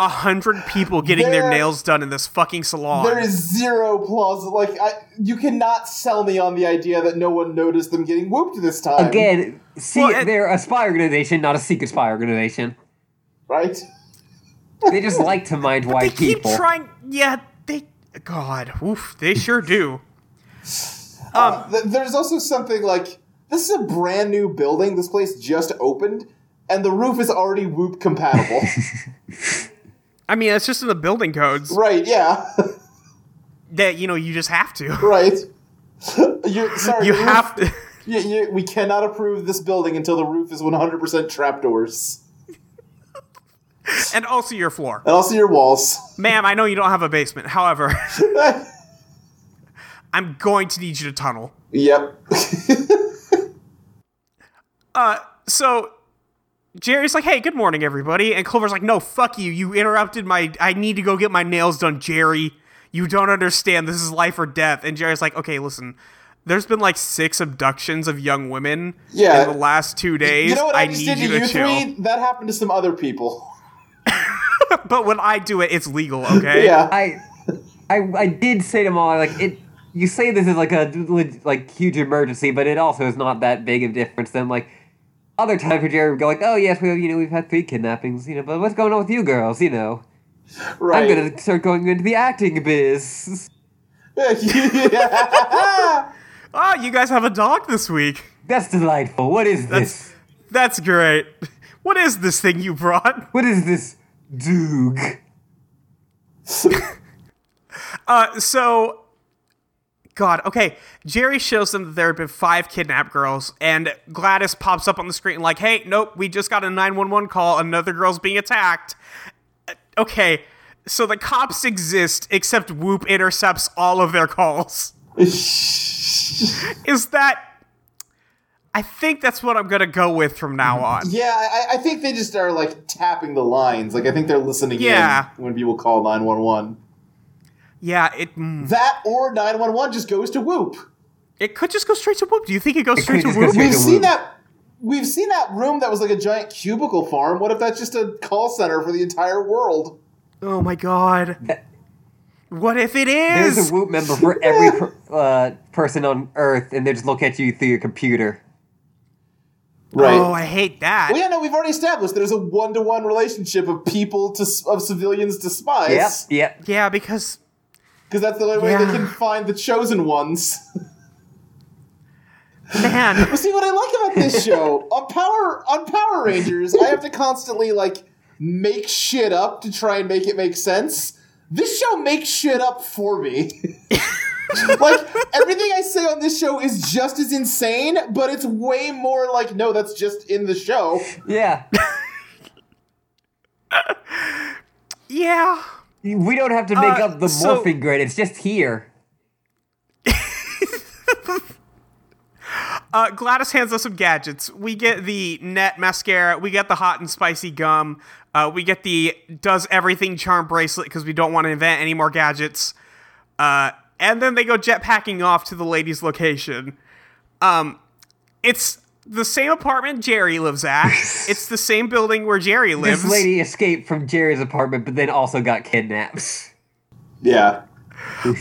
a hundred people getting their There- nails done in this fucking salon. There is zero plausible. Like, I, you cannot sell me on the idea that no one noticed them getting whooped this time. Again, see, Well, and- they're a spy organization, not a secret spy organization. Right? They just like to mind they white keep people. trying. Yeah, they. God, oof, they sure do. Um, Um, Th- There's also something like this is a brand new building. This place just opened, and the roof is already whoop compatible. I mean, that's just in the building codes right, yeah. that you know you just have to. right. you sorry. You the roof- have to. you- you- we cannot approve this building until the roof is 100% trapdoors. and also your floor. And also your walls. Ma'am, I know you don't have a basement. However, I'm going to need you to tunnel. yep. Uh, So Jerry's like, hey, good morning, everybody. And Clover's like, no, fuck you. You interrupted my. I need to go get my nails done, Jerry. You don't understand. This is life or death. And Jerry's like, okay, listen. There's been like six abductions of young women Yeah. in the last two days. you know what I, I, just need did to you chill. three? That happened to some other people. But when I do it, it's legal, okay? yeah. I, I, I did say to Molly like it. You say this is like a le- like huge emergency, but it also is not that big of a difference than like other times where Jerry would go like, oh yes, we you know we've had three kidnappings, you know, but what's going on with you girls, you know? right. I'm gonna start going into the acting biz. yeah. Oh, you guys have a dog this week. That's delightful. What is this? That's great. What is this thing you brought? What is this, Doog? Uh, so, God, okay. Jerry shows them that there have been five kidnapped girls, and Gladys pops up on the screen like, "Hey, nope, we just got a nine one one call. Another girl's being attacked." Uh, Okay, so the cops exist, except Whoop intercepts all of their calls. Is that? I think that's what I'm gonna go with from now Mm-hmm. on. yeah, I, I think they just are like tapping the lines. Like I think they're listening Yeah. in when people call nine one one. Yeah, it mm, That or nine one one just goes to Whoop. it could just go straight to Whoop. Do you think it goes straight could just to go Whoop? straight- We've to seen Whoop. that. We've seen that room that was like a giant cubicle farm. What if that's just a call center for the entire world? Oh my god. What if it is? There's a Whoop member for every per, uh, person on Earth, and they just look at you through your computer. Right. Oh, I hate that. well, yeah, no, we've already established there's a one to one relationship of people to s- of civilians to Yep, spies. yep. Yeah, because Because that's the only way Yeah. they can find the chosen ones. man, But see what I like about this show on Power on Power Rangers, I have to constantly like make shit up to try and make it make sense. This show makes shit up for me. like everything I say on this show is just as insane, but it's way more like no, that's just in the show. Yeah. yeah. we don't have to make Uh, up the so- morphing grid, it's just here. Uh, Gladys hands us some gadgets. We get the net mascara. We get the hot and spicy gum. Uh, we get the does everything charm bracelet because we don't want to invent any more gadgets. Uh, and then they go jetpacking off to the lady's location. Um, it's the same apartment Jerry lives at. it's the same building where Jerry lives. This lady escaped from Jerry's apartment, but then also got kidnapped. Yeah.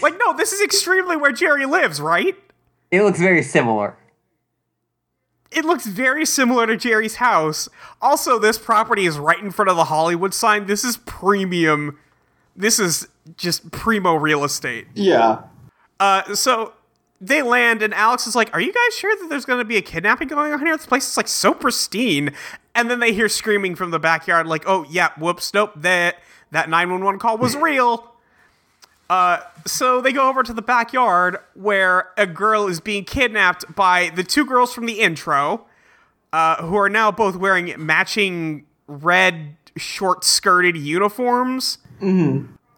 Like, no, this is extremely where Jerry lives, right? It looks very similar. It looks very similar to Jerry's house. Also, this property is right in front of the Hollywood sign. This is premium. This is just primo real estate. Yeah. Uh, so they land, and Alex is like, "Are you guys sure that there's going to be a kidnapping going on here? This place is like so pristine." And then they hear screaming from the backyard, like, "Oh yeah, whoops, nope that that nine one one call was real." Uh, so they go over to the backyard where a girl is being kidnapped by the two girls from the intro. uh, who are now both wearing matching red short skirted uniforms,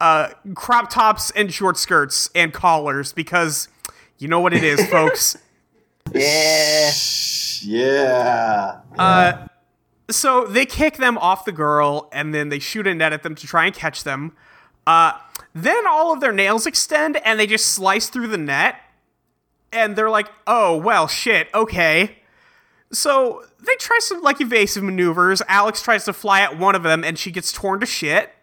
uh, crop tops and short skirts and collars because you know what it is, folks. Yeah. Yeah. So they kick them off the girl, and then they shoot a net at them to try and catch them. Uh, then all of their nails extend, and they just slice through the net. And they're like, "Oh well, shit. Okay." So they try some like evasive maneuvers. Alex tries to fly at one of them, and she gets torn to shit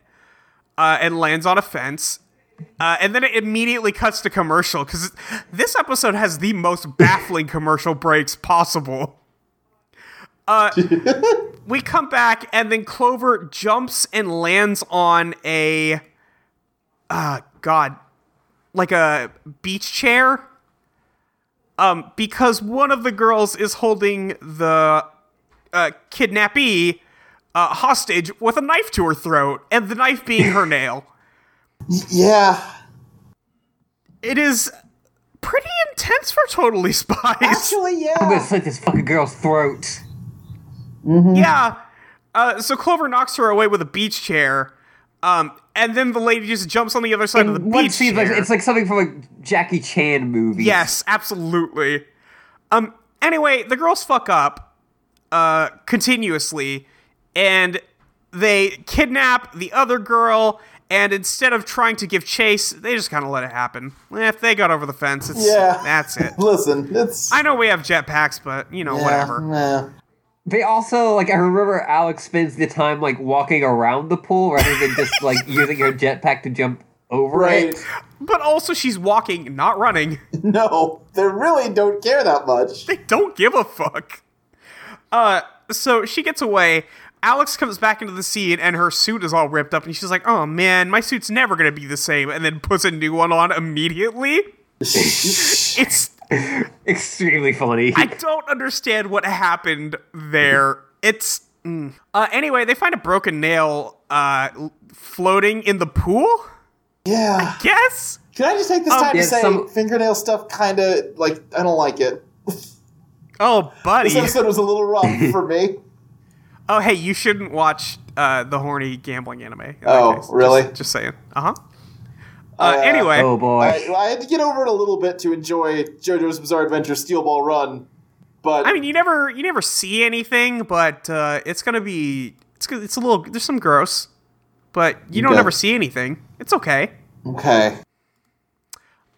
uh, and lands on a fence. Uh, and then it immediately cuts to commercial because this episode has the most baffling commercial breaks possible we come back and then clover jumps and lands on a uh god like a beach chair um because one of the girls is holding the uh kidnappee uh, hostage with a knife to her throat and the knife being her nail Yeah. it is pretty intense for totally spies Actually, I'm yeah. gonna slit this fucking girl's throat. Yeah. Uh, so Clover knocks her away with a beach chair, um, and then the lady just jumps on the other side of the One beach seems like chair. it's like something from a Jackie Chan movie. yes, absolutely. Um. Anyway, the girls fuck up, uh, continuously, and they kidnap the other girl. And instead of trying to give chase, they just kind of let it happen. Eh, If they got over the fence, it's Yeah. that's it. Listen, it's. I know we have jetpacks, but you know yeah, whatever. yeah. They also like I remember Alex spends the time like walking around the pool rather than just like using her jetpack to jump over Right. it. But also, she's walking, not running. No, they really don't care that much. they don't give a fuck. Uh, so she gets away. Alex comes back into the scene and her suit is all ripped up, and she's like, "Oh man, my suit's never gonna be the same." And then puts a new one on immediately. It's Extremely funny. I don't understand what happened there. It's mm. uh, anyway, they find a broken nail uh, l- floating in the pool. Yeah. Yes. Can I just take this time Oh, yeah, to say some- fingernail stuff kind of like I don't like it. Oh, buddy. This episode was a little rough for me. Oh, hey, you shouldn't watch uh, the horny gambling anime. in that Oh, case. really? Just, just saying. Uh-huh. Uh Uh, Anyway, oh boy. I, I had to get over it a little bit to enjoy JoJo's Bizarre Adventure Steel Ball Run, but I mean, you never you never see anything, but uh, it's gonna be it's gonna, it's a little there's some gross, but you don't Okay. ever see anything. It's okay. okay,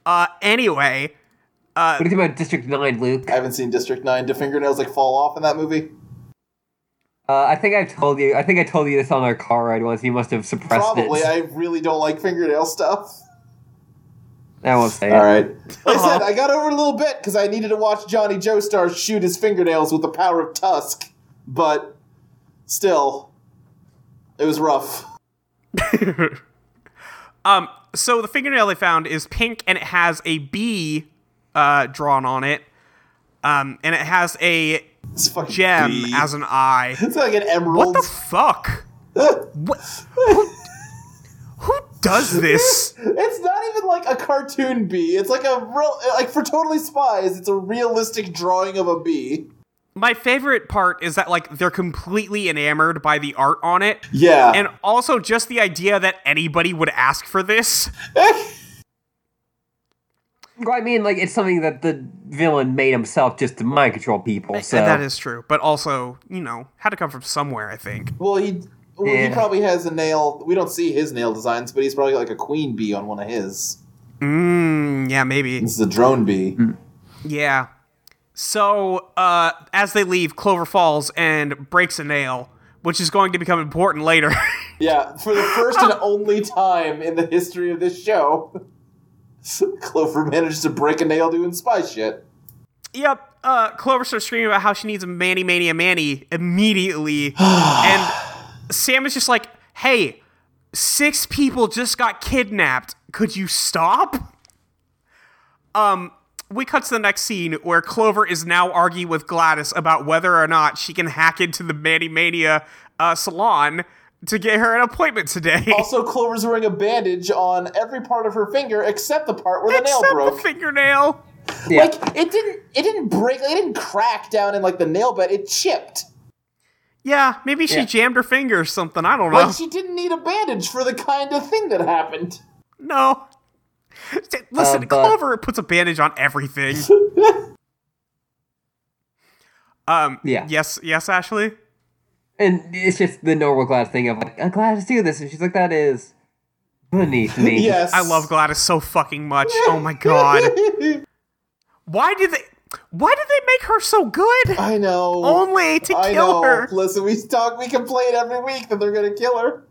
Uh, anyway, what do you think about District Nine, Luke? I haven't seen District Nine. Do fingernails like fall off in that movie? Uh, I think I've told you. I think I told you this on our car ride once. You must have suppressed Probably. it. I really don't like fingernail stuff. I won't say it. All right. Like I said, Uh-huh. I got over it a little bit because I needed to watch Johnny Joestar shoot his fingernails with the power of Tusk, but still, it was rough. um, so the fingernail they found is pink and it has a bee uh, drawn on it, um, and it has a It's a fucking gem bee. as an eye. It's like an What emerald. the fuck? What? Who, who does this? it's not even like a cartoon bee. It's like a real, like for Totally Spies, it's a realistic drawing of a bee. My favorite part is that like they're completely enamored by the art on it, Yeah. and also just the idea that anybody would ask for this. Well, I mean, like it's something that the villain made himself just to mind control people. So And that is true, but also you know had to come from somewhere. I think. well, he. Well, He Yeah. probably has a nail. We don't see his nail designs, but he's probably got like a queen bee on one of his. Mm, yeah, maybe. This is a drone bee. Yeah. So uh, as they leave, Clover falls and breaks a nail, which is going to become important later. Yeah, for the first and only time in the history of this show, Clover managed to break a nail doing spy shit. Yep. Uh, Clover starts screaming about how she needs a manny, mania, manny immediately. and Sam is just like, hey, six people just got kidnapped. Could you stop? Um, we cut to the next scene where Clover is now arguing with Gladys about whether or not she can hack into the Manny Mania uh, salon to get her an appointment today. Also, Clover's wearing a bandage on every part of her finger except the part where the Except nail broke. the fingernail. Yeah. Like it didn't it didn't break like, it didn't crack down in like the nail bed, it chipped. Yeah, maybe she Yeah. jammed her finger or something. I don't know. Like she didn't need a bandage for the kind of thing that happened. no. Listen, Uh, but- Clover puts a bandage on everything. um. Yeah. Yes. Yes, Ashley. And it's just the normal Gladys thing of like, I'm glad to do this. And she's like, that is beneath me. Yes. I love Gladys so fucking much. Oh my god. Why did they? Why did they make her so good? I know. Only to I kill know. her. Listen, we talk we complain every week that they're gonna kill her.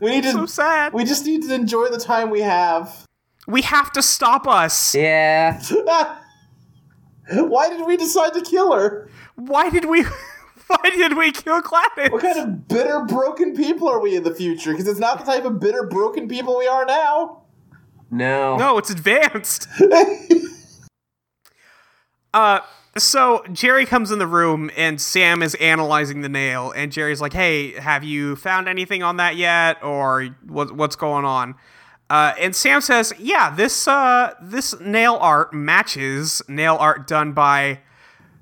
We need to So sad. we just need to enjoy the time we have. We have to stop us. Yeah. Why did we decide to kill her? Why did we? Why did we kill Gladys? What kind of bitter, broken people are we in the future? Because it's not the type of bitter, broken people we are now. No. No, it's advanced. uh, so Jerry comes in the room and Sam is analyzing the nail, and Jerry's like, "Hey, have you found anything on that yet, or what, what's going on?" Uh, and Sam says, "Yeah, this uh, this nail art matches nail art done by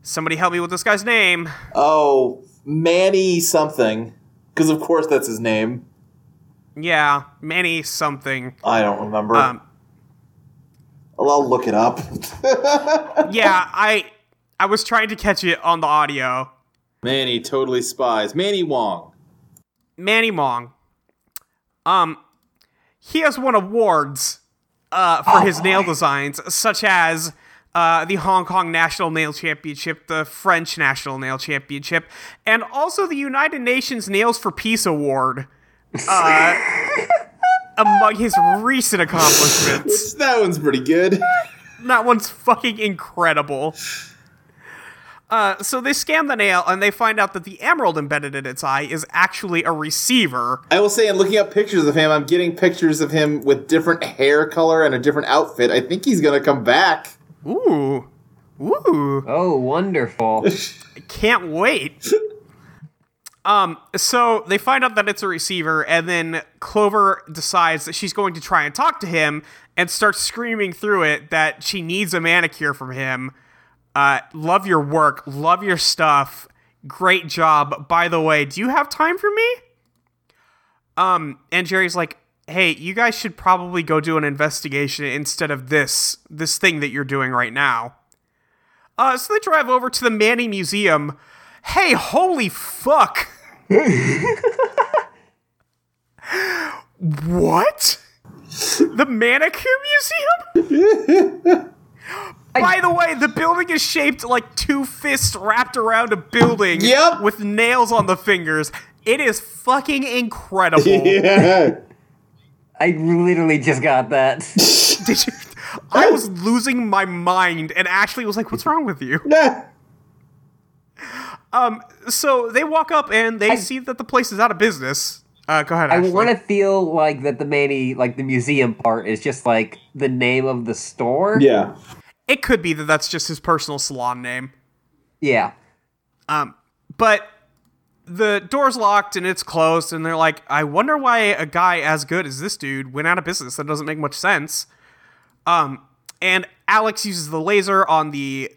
somebody. Help me with this guy's name. Oh, Manny something. Because of course that's his name. Yeah, Manny something. I don't remember. Um, I'll, I'll look it up. yeah, I I was trying to catch it on the audio. Manny totally spies. Manny Wong. Manny Mong. Um, he has won awards uh, for his nail designs, such as uh, the Hong Kong National Nail Championship, the French National Nail Championship, and also the United Nations Nails for Peace Award. Uh, among his recent accomplishments, That one's pretty good. that one's fucking incredible. Uh, so they scan the nail and they find out that the emerald embedded in its eye is actually a receiver. I will say, in looking up pictures of him, I'm getting pictures of him with different hair color and a different outfit. I think he's gonna come back. Ooh. Ooh. Oh, wonderful. I can't wait. um, so they find out that it's a receiver, and then Clover decides that she's going to try and talk to him and starts screaming through it that she needs a manicure from him. Uh, love your work, love your stuff. Great job. By the way, do you have time for me? Um, and Jerry's like, hey, you guys should probably go do an investigation instead of this, this thing that you're doing right now. Uh, so they drive over to the Manny Museum. Hey, holy fuck! what? The Manicure Museum? By the way, the building is shaped like two fists wrapped around a building Yep. with nails on the fingers. It is fucking incredible. Yeah. I literally just got that. Did you? I was losing my mind, and Ashley was like, "What's wrong with you?" So they walk up and they see that the place is out of business. Uh, go ahead. I Ashley. want to feel like that the Manny, like the museum part, is just like the name of the store. yeah. It could be that that's just his personal salon name. Yeah. Um, but the door's locked and it's closed, and they're like, I wonder why a guy as good as this dude went out of business. That doesn't make much sense. Um, and Alex uses the laser on the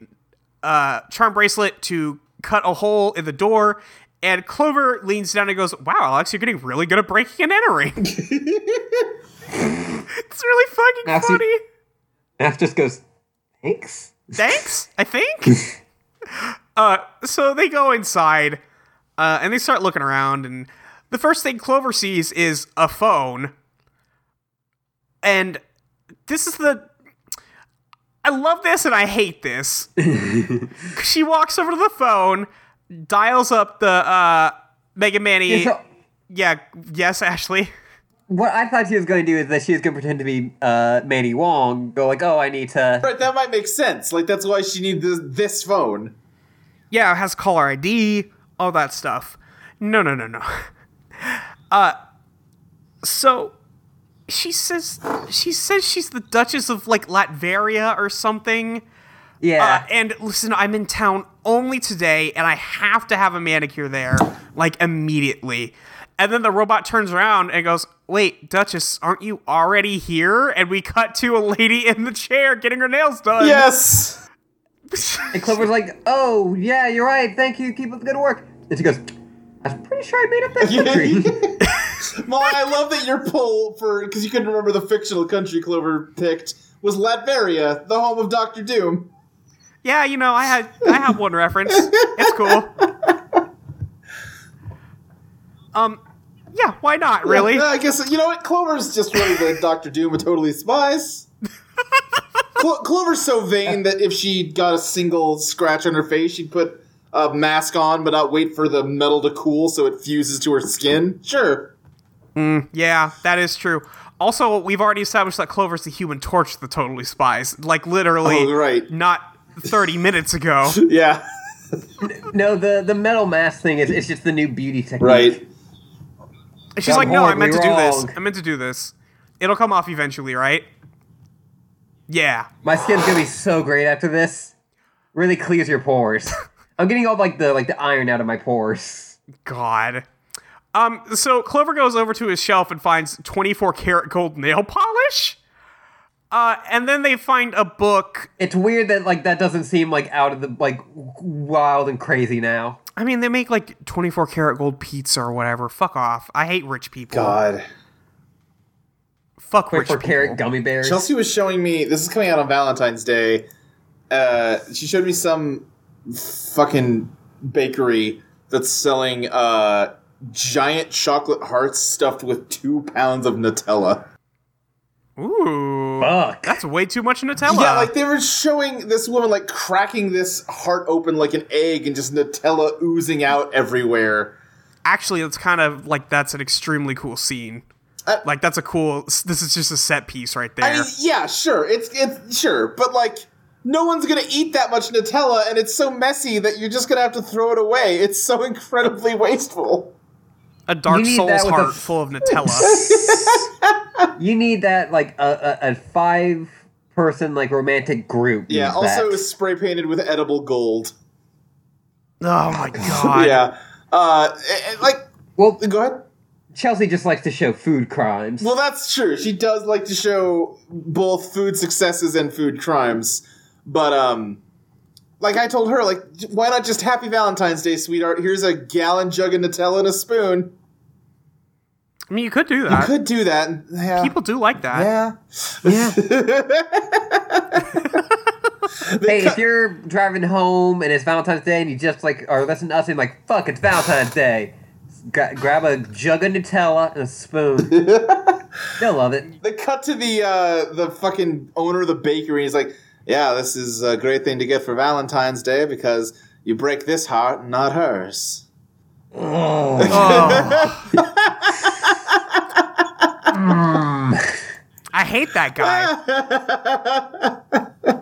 uh, charm bracelet to cut a hole in the door. And Clover leans down and goes, Wow, Alex, you're getting really good at breaking and entering. it's really fucking Now, see- funny. Math just goes, thanks. thanks i think uh so they go inside uh and they start looking around and the first thing clover sees is a phone and this is the i love this and i hate this she walks over to the phone dials up the uh mega manny So, yeah yes ashley what I thought she was going to do is that she was going to pretend to be uh, Manny Wong, go like, oh, I need to. Right, that might make sense. Like that's why she needs this, this phone. Yeah, it has caller ID, all that stuff. No, no, no, no. Uh, so she says she says she's the Duchess of like Latveria or something. Uh, Yeah. and listen, I'm in town only today, and I have to have a manicure there like immediately. And then the robot turns around and goes, Wait, Duchess, aren't you already here? And we cut to a lady in the chair getting her nails done. Yes. And Clover's like, "Oh yeah, you're right. Thank you. Keep up the good work." And she goes, "I'm pretty sure I made up that country." Well, I love that your poll for because you couldn't remember the fictional country Clover picked was Latveria, the home of Doctor Doom. Yeah, you know, I had I have one reference. It's cool. Um, yeah, why not? Really? Yeah, I guess you know what Clover's just one of the Doctor Doom of totally spies. Clo- Clover's so vain that if she got a single scratch on her face, she'd put a mask on, but not wait for the metal to cool so it fuses to her skin. Sure. Yeah, that is true. Also, we've already established that Clover's the Human Torch, the totally spies. Like literally, Oh, right. Not thirty minutes ago. Yeah. no, the the metal mask thing is it's just the new beauty technique. Right. And she's Got like, "No, I meant to do horribly this. wrong." I meant to do this. It'll come off eventually, right?" Yeah. My skin's gonna be so great after this. Really clears your pores. I'm getting all like the like the iron out of my pores. God. Um, so Clover goes over to his shelf and finds 24 karat gold nail polish. Uh, and then they find a book. It's weird that like that doesn't seem like out of the like wild and crazy now. I mean, they make like 24 karat gold pizza or whatever. Fuck off. I hate rich people. God. Fuck rich For people. carrot gummy bears. Chelsea was showing me this is coming out on Valentine's Day. Uh, she showed me some fucking bakery that's selling uh, giant chocolate hearts stuffed with two pounds of Nutella. Ooh. Fuck. That's way too much Nutella. Yeah, like they were showing this woman like cracking this heart open like an egg and just Nutella oozing out everywhere. Actually, it's kind of like that's an extremely cool scene. Uh, like, that's a cool. This is just a set piece right there. I mean, yeah, sure, it's it's sure, but like no one's gonna eat that much Nutella, and it's so messy that you're just gonna have to throw it away. It's so incredibly wasteful. a Dark You need Souls that with a heart f- full of Nutella. You need that like a, a, a five person like romantic group. Yeah, needs also that. it's spray painted with edible gold. oh my god. yeah, uh, and- and, like well, go ahead. Chelsea just likes to show food crimes. Well, that's true. She does like to show both food successes and food crimes, but um, like I told her, like why not just Happy Valentine's Day, sweetheart? Here's a gallon jug of Nutella and a spoon. I mean, you could do that. Could do that. and- Yeah. People do like that. yeah. hey, if you're driving home and it's Valentine's Day and you just like are listening to us and like, fuck, it's Valentine's Day. Gra- grab a jug of Nutella and a spoon. They'll love it. They cut to the uh, the fucking owner of the bakery. He's like, "Yeah, this is a great thing to get for Valentine's Day because you break this heart, not hers." Oh. I hate that guy.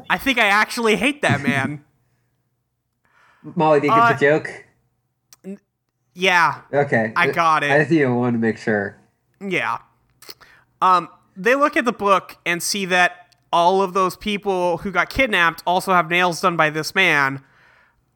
I think I actually hate that man. Molly, did you Uh, get the joke? Yeah, Okay. I got it. I just you know, wanted to make sure. yeah. Um, they look at the book and see that all of those people who got kidnapped also have nails done by this man.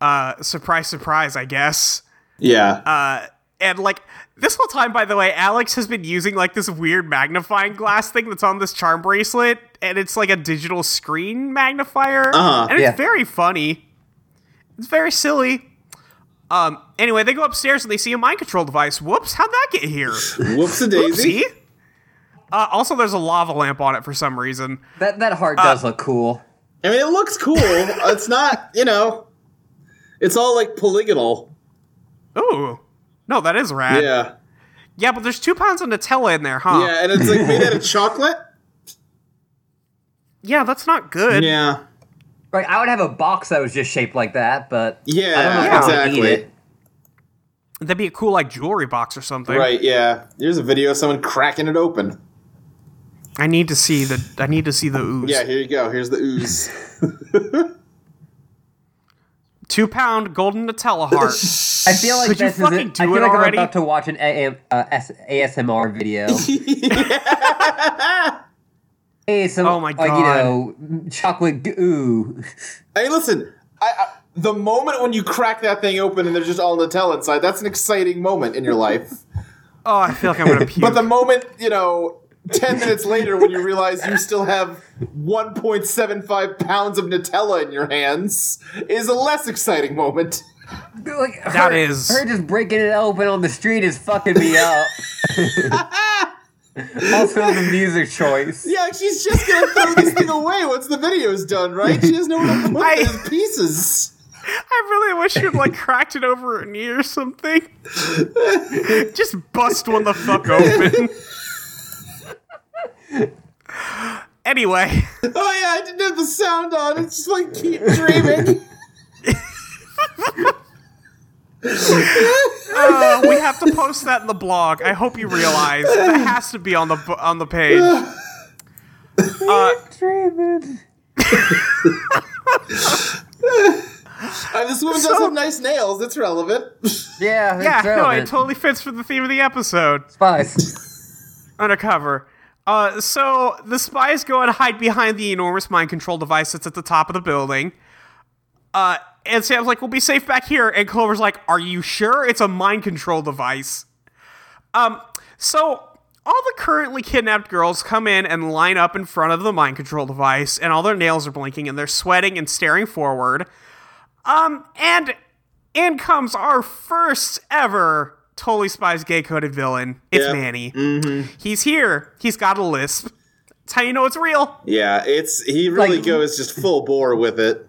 Uh, surprise, surprise, I guess. Yeah. And like this whole time, by the way, Alex has been using like this weird magnifying glass thing that's on this charm bracelet, and it's like a digital screen magnifier, Uh-huh, and it's yeah. very funny. It's very silly. Um. Anyway, they go upstairs and they see a mind control device. Whoops! How'd that get here? Whoops a daisy. see? Uh, also, there's a lava lamp on it for some reason. That that heart Uh, does look cool. I mean, it looks cool. it's not, you know, it's all like polygonal. Ooh. No, that is rad. Yeah. Yeah, but there's two pounds of Nutella in there, huh? Yeah, and it's like made out of chocolate. Yeah, that's not good. Yeah. Right, I would have a box that was just shaped like that, but Yeah, I don't know if I would eat exactly. it. That'd be a cool like jewelry box or something. Right, yeah. Here's a video of someone cracking it open. I need to see the I need to see the ooze. Yeah, here you go. Here's the ooze. Two pound golden Nutella heart. I feel like Could you this is fucking it. I do feel it like already? I'm about to watch an AM, uh, S- ASMR video. hey, some, Oh my like you God. know, chocolate goo. I mean, listen, I, I, the moment when you crack that thing open and there's just all Nutella inside, that's an exciting moment in your life. Oh, I feel like I'm gonna puke. But the moment, you know, 10 minutes later when you realize you still have 1.75 pounds of Nutella in your hands is a less exciting moment. Like, her, That is- her just breaking it open on the street is fucking me up. also, the music choice. Yeah, she's just gonna throw this thing away once the video's done, right? She doesn't know where to put I- these pieces. I really wish you'd like cracked it over an ear or something. Just bust one the fuck open. anyway, Oh yeah, I didn't have the sound on. It's just like keep dreaming. uh, we have to post that in the blog. I hope you realize that has to be on the bu- on the page. Uh, Dreaming. And Uh, this woman does So- have nice nails. It's relevant. Yeah, yeah, that's no, it relevant. totally fits for the theme of the episode. Spies. undercover. Uh, so the spies go and hide behind the enormous mind control device that's at the top of the building. Uh, and Sam's like, "We'll be safe back here." And Clover's like, "Are you sure it's a mind control device?" Um, so all the currently kidnapped girls come in and line up in front of the mind control device, and all their nails are blinking, and they're sweating and staring forward. Um, and in comes our first ever totally spies gay coded villain. It's Yeah. Mm-hmm. Manny. He's here. He's got a lisp. That's how you know it's real. Yeah, it's he really Like- goes just full bore with it.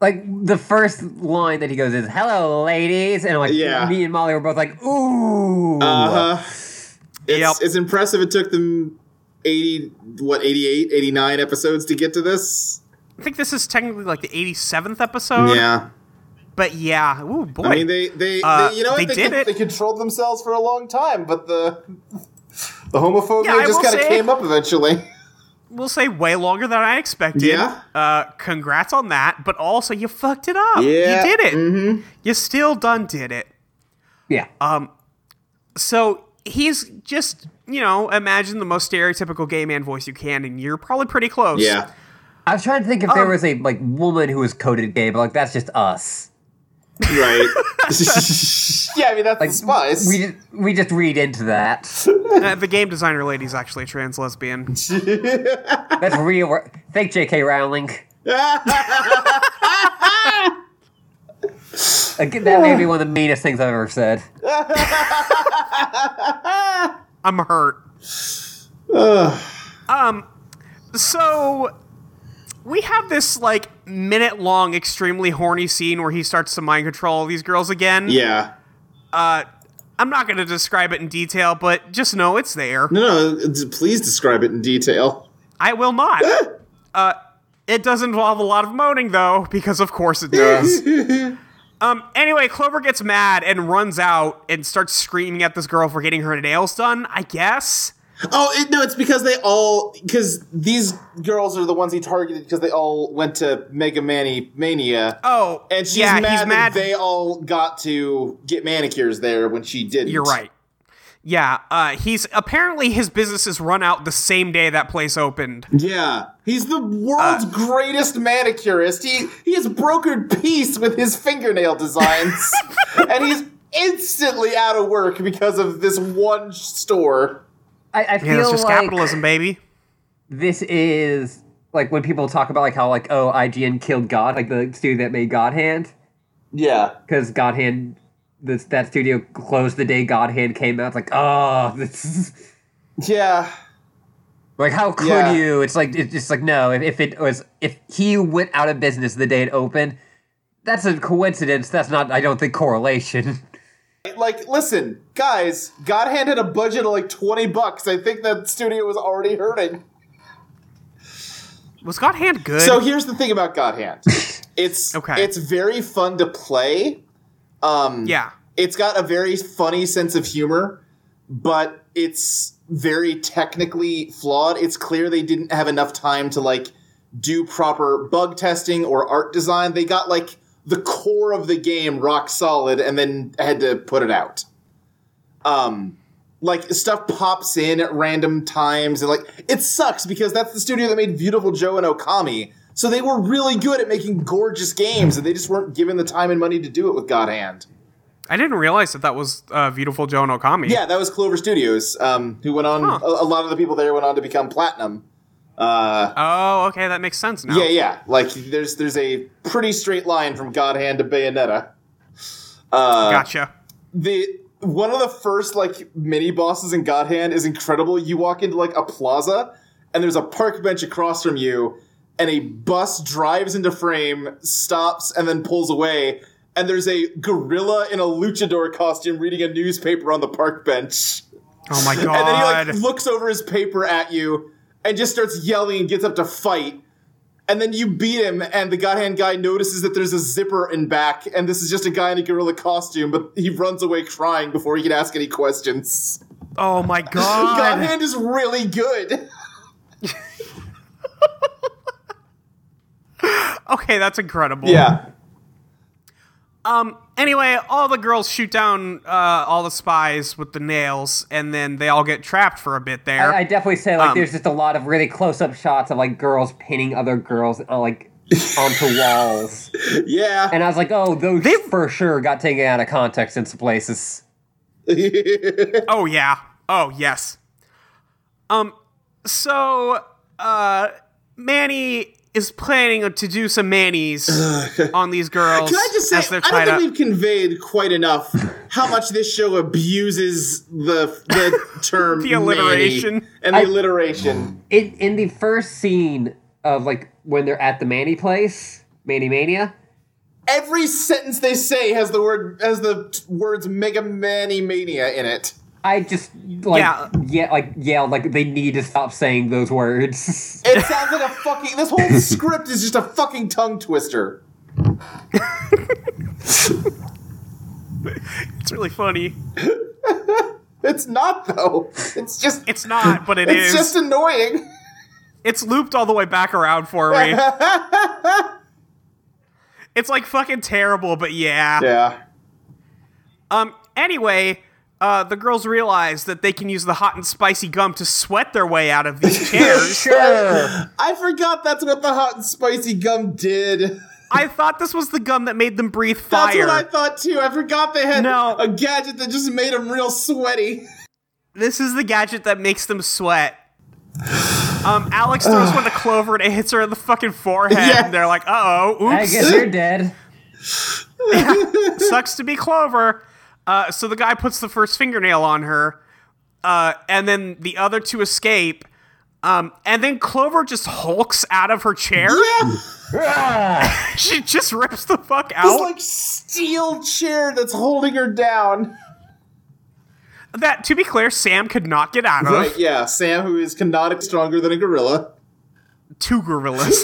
Like the first line that he goes is "Hello, ladies," and like Yeah. me and Molly were both like, "Ooh." Uh huh. It's, Yep. it's impressive. It took them eighty, what 88, 89 episodes to get to this. I think this is technically like the 87th episode. Yeah. But yeah, ooh boy. I mean, they they, Uh, they you know what? they did con- it. they controlled themselves for a long time, but the the homophobia Yeah, I just will kind of say- came up eventually. we'll say way longer than I expected. Yeah. Uh, congrats on that. But also, you fucked it up. Yeah. Mm-hmm. You did it. You still done did it. yeah. So he's just, you know, imagine the most stereotypical gay man voice you can, and you're probably pretty close. Yeah. I was trying to think if there um, was a like woman who was coded gay, but like that's just us. Right. yeah, I mean that's the spice. We just, we just read into that. Uh, the game designer lady's actually a trans lesbian. That's real. wor- Thank J.K. Rowling. Again, that may be one of the meanest things I've ever said. I'm hurt. Ugh. Um, so we have this like minute long, extremely horny scene where he starts to mind control all these girls again. yeah. Uh, I'm not going to describe it in detail, but just know it's there. No, no. d- Please describe it in detail. I will not. uh, it does involve a lot of moaning, though, because of course it does. um, anyway, Clover gets mad and runs out and starts screaming at this girl for getting her nails done, I guess. Oh it, no! It's because they all because these girls are the ones he targeted because they all went to Mega Manny Mania, Oh, and she's yeah, mad, he's that mad. they all got to get manicures there when she didn't. You're right. Yeah, uh, he's apparently his business is run out the same day that place opened. Yeah, he's the Uh, world's greatest manicurist. He he has brokered peace with his fingernail designs, and he's instantly out of work because of this one store. I, I Yeah, feel that's just like capitalism, baby. this is like when people talk about like how like oh IGN killed God, like the studio that made God Hand, Yeah, because God Hand, this that studio closed the day God Hand came out. It's like oh, this is, yeah. like how could Yeah. you? It's like it's just like no. If, if it was if he went out of business the day it opened, that's a coincidence. That's not I don't think correlation. Like, listen, guys, God handed a budget of like twenty bucks. I think that studio was already hurting. Was God Hand good? So here's the thing about God Hand. It's Okay. It's very fun to play. Um, yeah. it's got a very funny sense of humor, but it's very technically flawed. It's clear they didn't have enough time to like do proper bug testing or art design. They got like the core of the game rock solid and then had to put it out. Um like stuff pops in at random times and like it sucks because that's the studio that made Beautiful Joe and Okami. So they were really good at making gorgeous games and they just weren't given the time and money to do it with God Hand. I didn't realize that that was uh, Beautiful Joan Okami. Yeah, that was Clover Studios, um, who went on. Huh. A, a lot of the people there went on to become platinum. Uh, Oh, okay, that makes sense now. Yeah, yeah. Like there's there's a pretty straight line from God Hand to Bayonetta. Uh, Gotcha. the one of the first like mini bosses in God Hand is incredible. You walk into like a plaza, and there's a park bench across from you, and a bus drives into frame, stops, and then pulls away. And there's a gorilla in a luchador costume reading a newspaper on the park bench. Oh my And then he god. like looks over his paper at you and just starts yelling and gets up to fight. And then you beat him, and the God Hand guy notices that there's a zipper in back, and this is just a guy in a gorilla costume, but he runs away crying before he can ask any questions. oh my God god. Hand is really good. okay, that's incredible. Yeah. Um. Anyway, all the girls shoot down uh, all the spies with the nails, and then they all get trapped for a bit there. I, I definitely say like Um, there's just a lot of really close up shots of like girls pinning other girls uh, like onto walls, Yeah. and I was like, oh, those They- for sure got taken out of context in some places. oh yeah. Oh yes. Um. So, uh, Manny is planning to do some manis on these girls Can I just as say, they're I don't tied think up. we've conveyed quite enough how much this show abuses the the term The alliteration. nanny and the alliteration. In in the first scene of like when they're at the Manny place, Manny Mania. Every sentence they say has the word has the t- words Mega Manny Mania in it. I just like Yeah. yeah. like yelled like they need to stop saying those words. It sounds like a fucking. This whole script is just a fucking tongue twister. It's really funny. It's not though. It's just. It's not, but it it's is. just annoying. It's looped all the way back around for me. it's like fucking terrible, but yeah. Yeah. Um. Anyway, uh, the girls realize that they can use the hot and spicy gum to sweat their way out of these chairs. sure. I forgot that's what the hot and spicy gum did. I thought this was the gum that made them breathe That's fire. what I thought too. I forgot they had No. a gadget that just made them real sweaty. this is the gadget that makes them sweat. Um, Alex throws one to Clover and it hits her in the fucking forehead. Yes. And they're like, "Uh oh, I oops, guess you're dead. sucks to be Clover." Uh, so the guy puts the first fingernail on her, uh, and then the other two escape. Um, and then Clover just hulks out of her chair. Yeah. Ah, she just rips the fuck This out. like steel chair that's holding her down. that to be clear, Sam could not get out of Right, yeah, Sam, who is canonically stronger than a gorilla. two gorillas.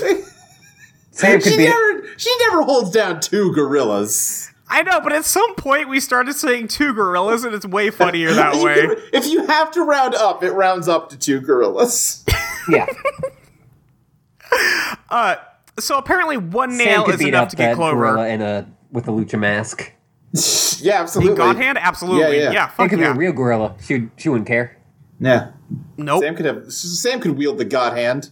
Sam could She be. never, she never holds down two gorillas. I know, but at some point we started saying two gorillas, and it's way funnier that You way. can- if you have to round up, it rounds up to two gorillas. Yeah, So apparently, one Sam nail could is beat enough up to get that gorilla Clover. in a with a lucha mask. yeah, absolutely. In God hand, absolutely. Yeah, Yeah, yeah. It fuck could be yeah. a real gorilla. She would- she wouldn't care. Yeah, nope. Sam could have. Sam could wield the God hand.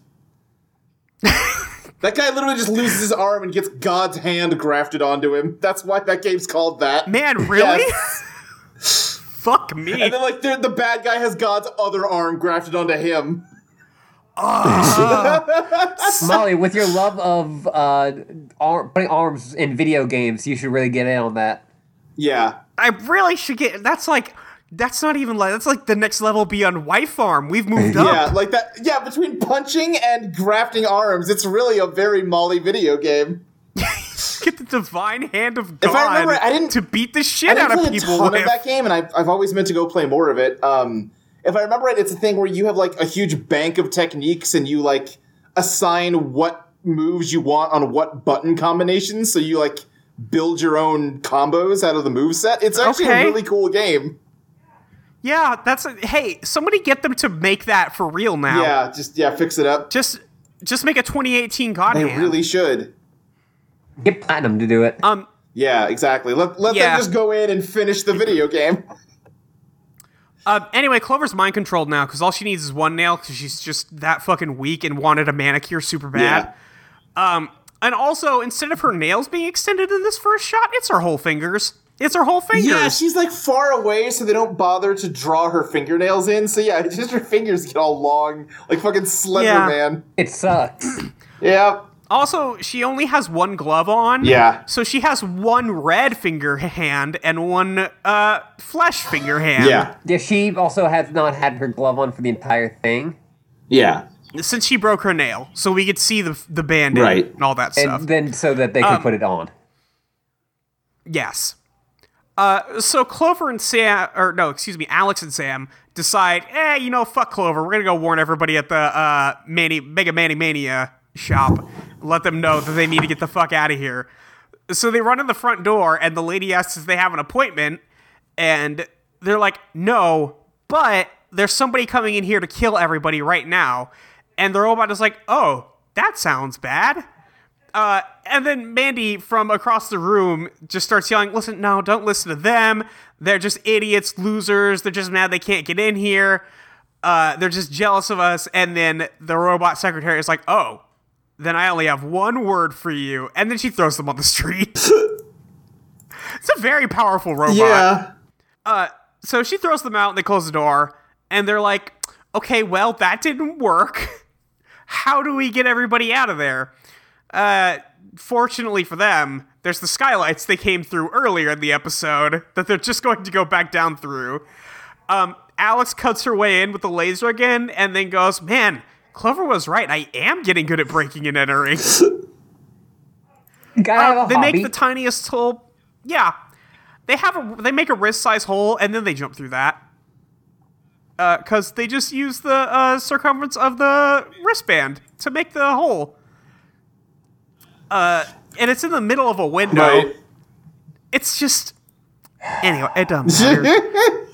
that guy literally just loses his arm and gets God's hand grafted onto him. That's why that game's called that. Man, really? Yes. fuck me. And then, like, the the bad guy has God's other arm grafted onto him. Molly, with your love of uh, ar- putting arms in video games, you should really get in on that. Yeah. I really should get. That's like. That's not even like. That's like the next level beyond Wife Farm. We've moved up. Yeah, like that. Yeah, between punching and grafting arms, it's really a very Molly video game. Get the divine hand of God I remember, I didn't- to beat the I shit didn't out play of a people ton with. of that game, and I've, I've always meant to go play more of it. Um, if I remember right, it's a thing where you have like a huge bank of techniques, and you like assign what moves you want on what button combinations. So you like build your own combos out of the move set. It's actually Okay. a really cool game. Yeah, that's a, hey. Somebody get them to make that for real now. Yeah, just yeah, fix it up. Just just make a 2018 God They Hand. really should. Get platinum to do it. um. Yeah, exactly. Let let Yeah. them just go in and finish the video game. Um. Anyway, Clover's mind controlled now because all she needs is one nail because she's just that fucking weak and wanted a manicure super bad. Um. And also, instead of her nails being extended in this first shot, it's her whole fingers. It's her whole fingers. Yeah, she's like far away, so they don't bother to draw her fingernails in. So yeah, just her fingers get all long, like fucking Slender Yeah. Man. It sucks. Yeah, Also, she only has one glove on. Yeah. So she has one red finger hand and one uh flesh finger hand. yeah, yeah, she also has not had her glove on for the entire thing. yeah. Since she broke her nail, so we could see the the band Right. and all that And stuff. then so that they Um, can put it on. Yes. Uh, so Clover and Sam, or no, excuse me, Alex and Sam decide, eh, you know, fuck Clover. We're gonna go warn everybody at the uh, Manny Mega Manny Mania shop. Let them know that they need to get the fuck out of here. So they run in the front door, and the lady asks if they have an appointment, and they're like, no, but there's somebody coming in here to kill everybody right now. And the robot is like, oh, that sounds bad. Uh, and then Mandy from across the room just starts yelling, Listen, no, don't listen to them. They're just idiots, losers. They're just mad they can't get in here. Uh, they're just jealous of us. And then the robot secretary is like, Oh, then I only have one word for you. And then she throws them on the street. it's a very powerful robot. Yeah. uh, So she throws them out and they close the door. And they're like, Okay, well, that didn't work. How do we get everybody out of there? uh, fortunately for them, there's the skylights they came through earlier in the episode that they're just going to go back down through. Um, Alex cuts her way in with the laser again and then goes, Man, Clover was right. I am getting good at breaking and entering. Gotta have a um, they hobby. make the tiniest hole. Yeah, they have a they make a wrist size hole and then they jump through that. Because they just use the uh, circumference of the wristband to make the hole. Uh, and it's in the middle of a window. Right. It's just anyway, it doesn't matter.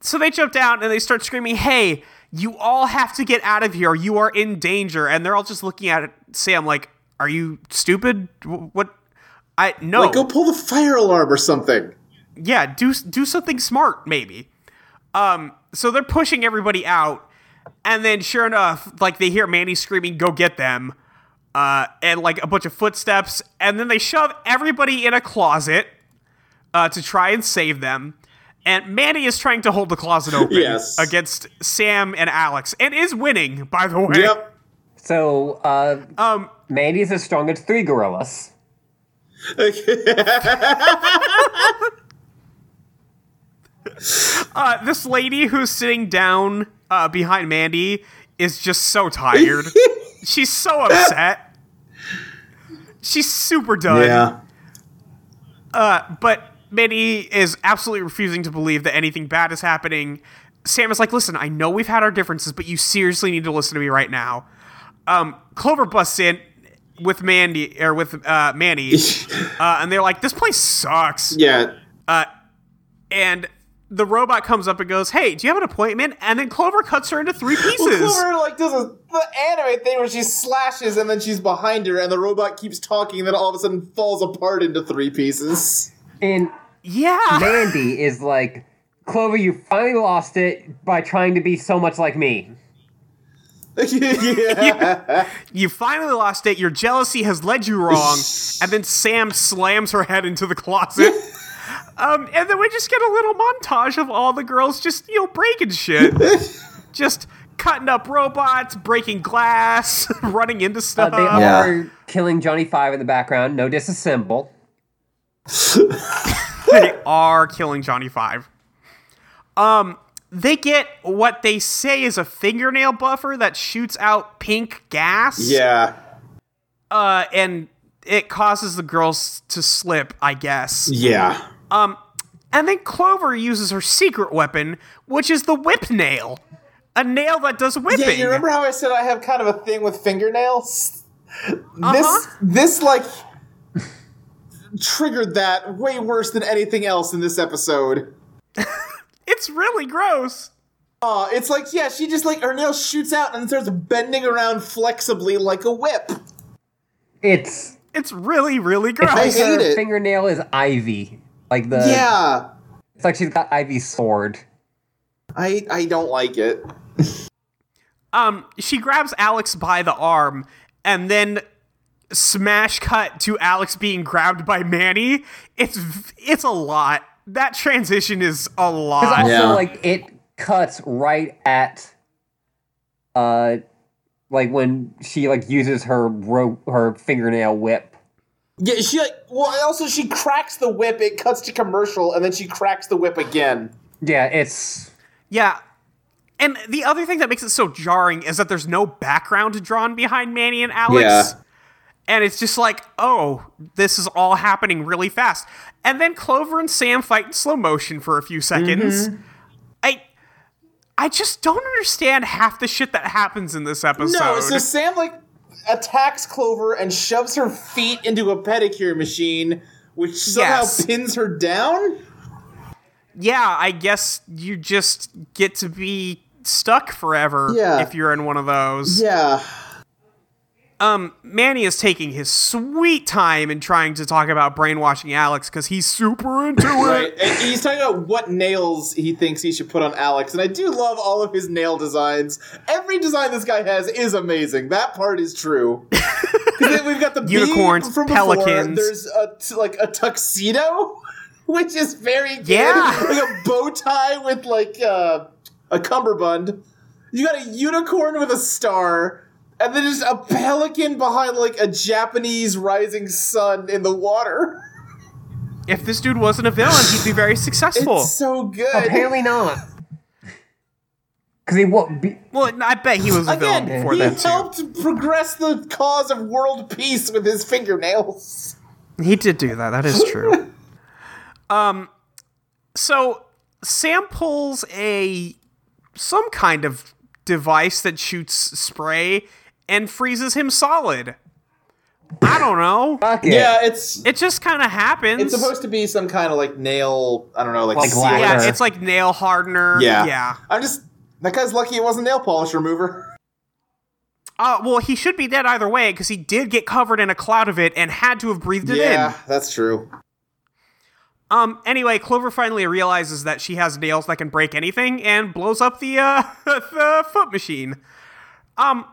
so they jump down and they start screaming, "Hey, you all have to get out of here! You are in danger!" And they're all just looking at Sam like, "Are you stupid? Wh- What? I no. Like, go pull the fire alarm or something. yeah, do do something smart, maybe." Um, so they're pushing everybody out, and then sure enough, like they hear Manny screaming, "Go get them!" Uh, and like a bunch of footsteps, and then they shove everybody in a closet uh, to try and save them. And Manny is trying to hold the closet open Yes. against Sam and Alex, and is winning, by the way. Yep. so uh, Um, Mandy's as strong as three gorillas. uh, this lady who's sitting down uh, behind Mandy is just so tired. She's so upset. She's super done. yeah. But Mandy is absolutely refusing to believe that anything bad is happening. Sam is like, listen, I know we've had our differences, but you seriously need to listen to me right now. Um, Clover busts in with Mandy or with uh, Manny, uh, and they're like, this place sucks. Yeah. And the robot comes up and goes, hey, do you have an appointment? And then Clover cuts her into three pieces. Clover like does a, the anime thing where she slashes and then she's behind her, and the robot keeps talking, and then all of a sudden falls apart into three pieces. And yeah. Mandy is like, Clover, you finally lost it by trying to be so much like me. yeah. You finally lost it. Your jealousy has led you wrong. and then Sam slams her head into the closet. um, and then we just get a little montage of all the girls just, you know, breaking shit. just cutting up robots, breaking glass, running into Uh, stuff. they Yeah. are killing Johnny Five in the background. No disassemble. they are killing Johnny Five. Um, they get what they say is a fingernail buffer that shoots out pink gas. Yeah. Uh, and it causes the girls to slip, I guess. Yeah. Um, and then Clover uses her secret weapon, which is the whip nail, a nail that does whipping. Yeah, you remember how I said I have kind of a thing with fingernails? Uh-huh. This this like triggered that way worse than anything else in this episode. it's really gross. Uh, it's like yeah, she just like her nail shoots out and starts bending around flexibly like a whip. It's It's really, really I gross. hate her it. fingernail is ivy. Like the yeah, it's like she's got Ivy's sword. I I don't like it. um, she grabs Alex by the arm, and then smash cut to Alex being grabbed by Manny, it's v- it's a lot. That transition is a lot. Also, Yeah. like it cuts right at, uh, like when she like uses her rope, her fingernail whip. Yeah, she like well also she cracks the whip, it cuts to commercial, and then she cracks the whip again. Yeah, it's Yeah. And the other thing that makes it so jarring is that there's no background drawn behind Manny and Alex. Yeah. And it's just like, oh, this is all happening really fast. And then Clover and Sam fight in slow motion for a few seconds. Mm-hmm. I I just don't understand half the shit that happens in this episode. No, so Sam like attacks Clover and shoves her feet into a pedicure machine, which somehow Yes. pins her down. yeah, I guess you just get to be stuck forever Yeah. if you're in one of those. Yeah. Um, Manny is taking his sweet time in trying to talk about brainwashing Alex because he's super into Right. it. And he's talking about what nails he thinks he should put on Alex, and I do love all of his nail designs. Every design this guy has is amazing. That part is true. 'Cause then we've got the bee Unicorns, from before. pelicans. There's a t- like a tuxedo, which is very good. Yeah. like a bow tie with like uh, a cummerbund. You got a unicorn with a star. And then just a pelican behind like a Japanese rising sun in the water. If this dude wasn't a villain, he'd be very successful. It's so good. apparently not. Because he won't be. well, I bet he was a villain Again, before he that too. helped progress the cause of world peace with his fingernails. He did do that. That is true. um, so Sam pulls a some kind of device that shoots spray and freezes him solid. I don't know. Fuck it. Yeah, it's It just kind of happens. it's supposed to be some kind of like nail. I don't know, like, Like seal- lacquer. Yeah, it's like nail hardener. Yeah. Yeah. I'm just that guy's lucky it wasn't nail polish remover. Uh, well, he should be dead either way because he did get covered in a cloud of it and had to have breathed it yeah, in. that's true. Um. Anyway, Clover finally realizes that she has nails that can break anything and blows up the uh the foot machine. Um.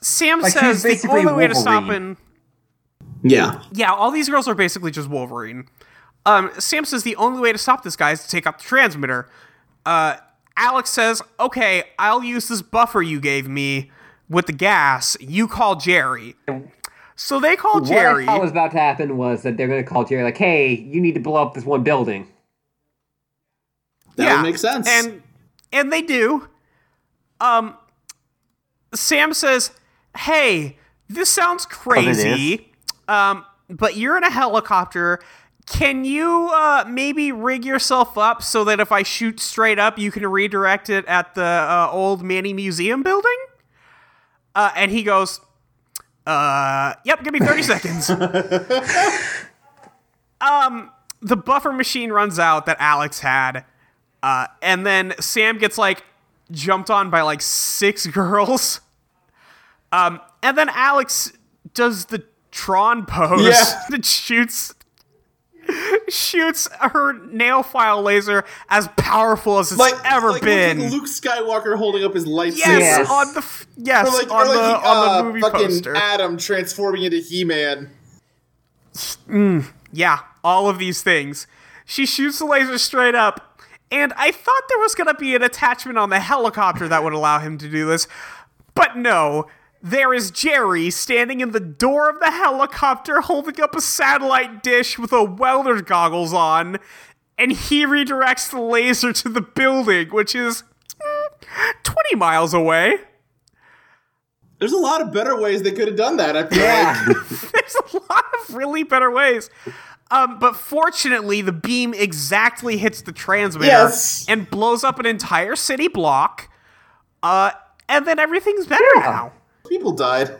Sam Like, she's says the basically only way to stop Wolverine. him. Yeah, Yeah, all these girls are basically just Wolverine. Um, Sam says the only way to stop this guy is to take out the transmitter. Uh, Alex says, "Okay, I'll use this buffer you gave me with the gas. You call Jerry." So they call Jerry. What I thought was about to happen was that they're going to call Jerry, like, hey, you need to blow up this one building. that yeah, would make sense. And and they do. Um, Sam says, "Hey, this sounds Oh, it is. crazy, um, but you're in a helicopter. Can you uh, maybe rig yourself up so that if I shoot straight up, you can redirect it at the uh, old Manny Museum building?" Uh, and he goes, uh, "Yep, give me thirty seconds." um, the buffer machine runs out that Alex had. Uh, and then Sam gets like jumped on by like six girls. Um, and then Alex does the Tron pose Yeah. that shoots shoots her nail file laser as powerful as it's like ever like been. looking Luke Skywalker holding up his lightsaber. yes, Yes. on the f- yes Or like, on, or like the, the, on uh, the movie fucking poster. Adam transforming into He-Man. Yeah, all of these things. She shoots the laser straight up, and I thought there was going to be an attachment on the helicopter that would allow him to do this, but no. There is Jerry standing in the door of the helicopter holding up a satellite dish with a welder goggles on, and he redirects the laser to the building, which is mm, 20 miles away. There's a lot of better ways they could have done that. I feel like. There's a lot of really better ways. Um, but fortunately, the beam exactly hits the transmitter Yes. and blows up an entire city block. Uh, and then everything's better now. people died.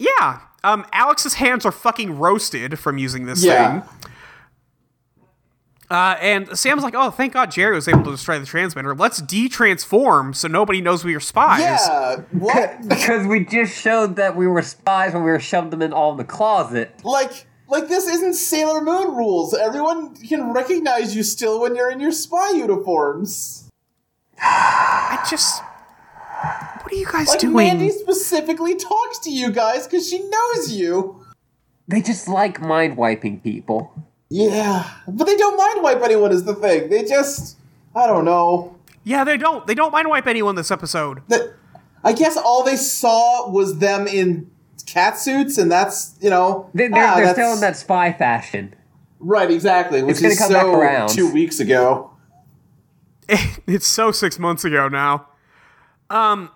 Yeah. Um, Alex's hands are fucking roasted from using this Yeah. thing. Uh, and Sam's like, oh, thank God Jerry was able to destroy the transmitter. Let's de transform so nobody knows we are spies. Yeah. What? Because we just showed that we were spies when we were shoved them in all in the closet. like like this isn't Sailor Moon rules. Everyone can recognize you still when you're in your spy uniforms. I just. What What are you guys Like doing? Mandy specifically talks to you guys because she knows you. They just like mind wiping people. Yeah, but they don't mind wipe anyone is the thing. They just, I don't know. Yeah, they don't. They don't mind wipe anyone this episode. That I guess all they saw was them in cat suits, and that's you know They, they're ah, they're that's- still in that spy fashion. right exactly, which It's gonna is come so back around. two weeks ago. it's so six months ago now. Um,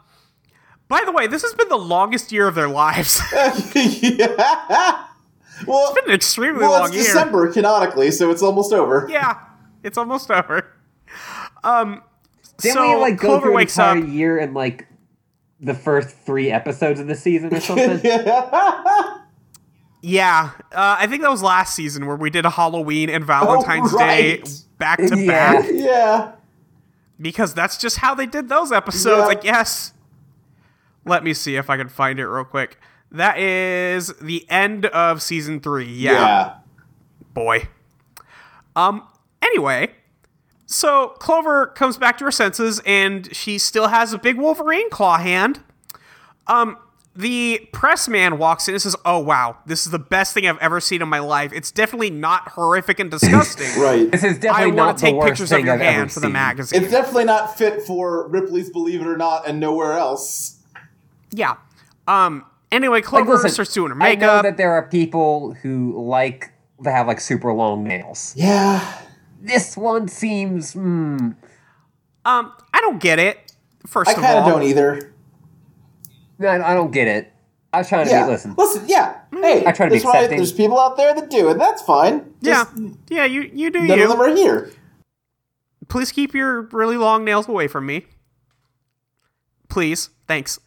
by the way, this has been the longest year of their lives. it's yeah. Well, been an extremely well, long it's year. December canonically, so it's almost over. Yeah, it's almost over. Um, Didn't so we like go Clover through an wakes entire up. year in like the first three episodes of the season or something? Yeah, uh, I think that was last season where we did Halloween and Valentine's Day Oh, right. back to Yeah. back yeah. because that's just how they did those episodes, Yeah. I guess. Let me see if I can find it real quick. That is the end of season three. yeah. boy. Um. Anyway, so Clover comes back to her senses, and she still has a big Wolverine claw hand. Um. The press man walks in and says, "Oh wow, this is the best thing I've ever seen in my life. It's definitely not horrific and disgusting. Right. This is I definitely want not to the take worst pictures thing of your I've ever hand for the seen. magazine. It's definitely not fit for Ripley's Believe It or Not and nowhere else. yeah. Um. Anyway, Like, Clover listen, starts doing her I know makeup. that there are people who like to have like super long nails. Yeah. This one seems mm, um. I don't get it. First I of kind of all, don't either. I, I don't get it. I was trying to Yeah. be listen. yeah. Mm. Hey, I try to be that's right. accepting. There's people out there that do, and that's fine. yeah, Just yeah. You you do None you. of them are here. please keep your really long nails away from me. Please, thanks.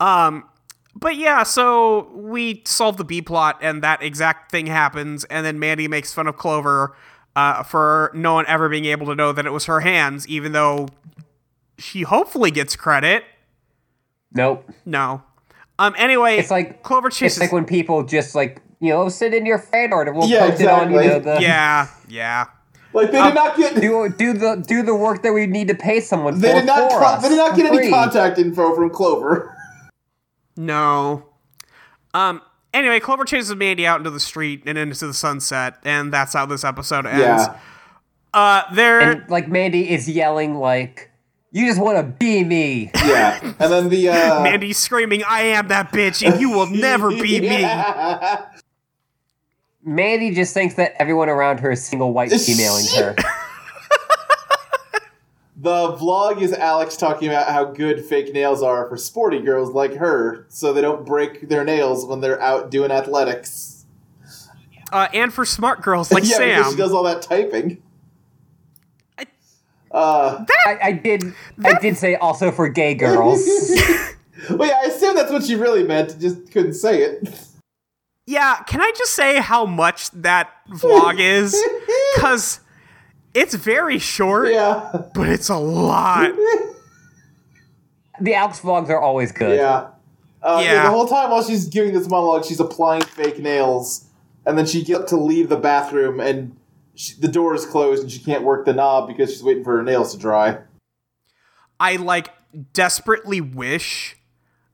Um, but yeah, so we solve the B plot, and that exact thing happens, and then Mandy makes fun of Clover uh, for no one ever being able to know that it was her hands, even though she hopefully gets credit. Nope. No. Um. Anyway, It's like- Clover It's chases. like when people just like you know send in your fan art and we'll Yeah, post it on you know exactly. the yeah, yeah. Like they Um, did not get. do do the do the work that we need to pay someone They for. did not. for co- us they did not for get any free. contact info from Clover. No. Um. Anyway, Clover chases Mandy out into the street and into the sunset, and that's how this episode ends. Yeah. Uh, there. And like Mandy is yelling like, "You just want to be me." Yeah. And then the uh, Mandy's screaming, "I am that bitch, and you will never be me." yeah. Mandy just thinks that everyone around her is single white femaleing her. The vlog is Alex talking about how good fake nails are for sporty girls like her, so they don't break their nails when they're out doing athletics. Uh, and for smart girls like yeah, because she Sam, does all that typing. I- Uh, I, I did. I did say also for gay girls. well, yeah, I assume that's what she really meant. Just couldn't say it. yeah. Can I just say how much that vlog is? Cause it's very short, yeah, but it's a lot. the Alex vlogs are always good. yeah. Uh, yeah. Yeah. The whole time while she's giving this monologue, she's applying fake nails, and then she gets to leave the bathroom, and she, the door is closed, and she can't work the knob because she's waiting for her nails to dry. I like desperately wish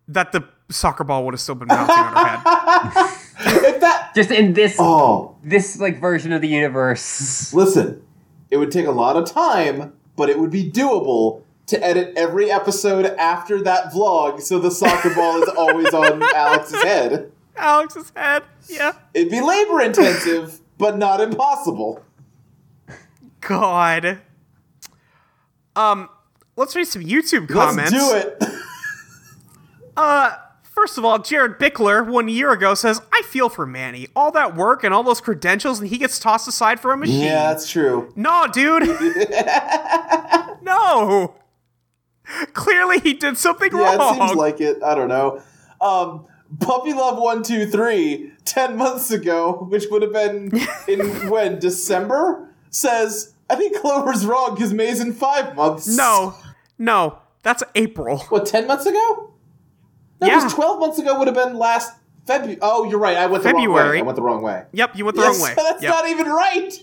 that the soccer ball would have still been bouncing on her head. if that. Just in this Oh, this like version of the universe. listen. It would take a lot of time, but it would be doable to edit every episode after that vlog so the soccer ball is always on Alex's head. Alex's head. Yeah. It'd be labor intensive, but not impossible. God. Um, let's read some YouTube comments. Let's do it. Uh, first of all, Jared Bickler one year ago says, "I feel for Manny. All that work and all those credentials, and he gets tossed aside for a machine." yeah, that's true. No, dude. no. Clearly, he did something Yeah, wrong. it seems like it. I don't know. Um, Puppy Love 123, 10 months ago, which would have been in when? December? Says, I think Clover's wrong because May's in five months. no, no, that's April. What, 10 months ago? No, Yeah. because 12 months ago would have been last February. Oh, you're right. I went the wrong way. February. I went the wrong way. Yep, you went the Yes, wrong way. That's Yep. not even right.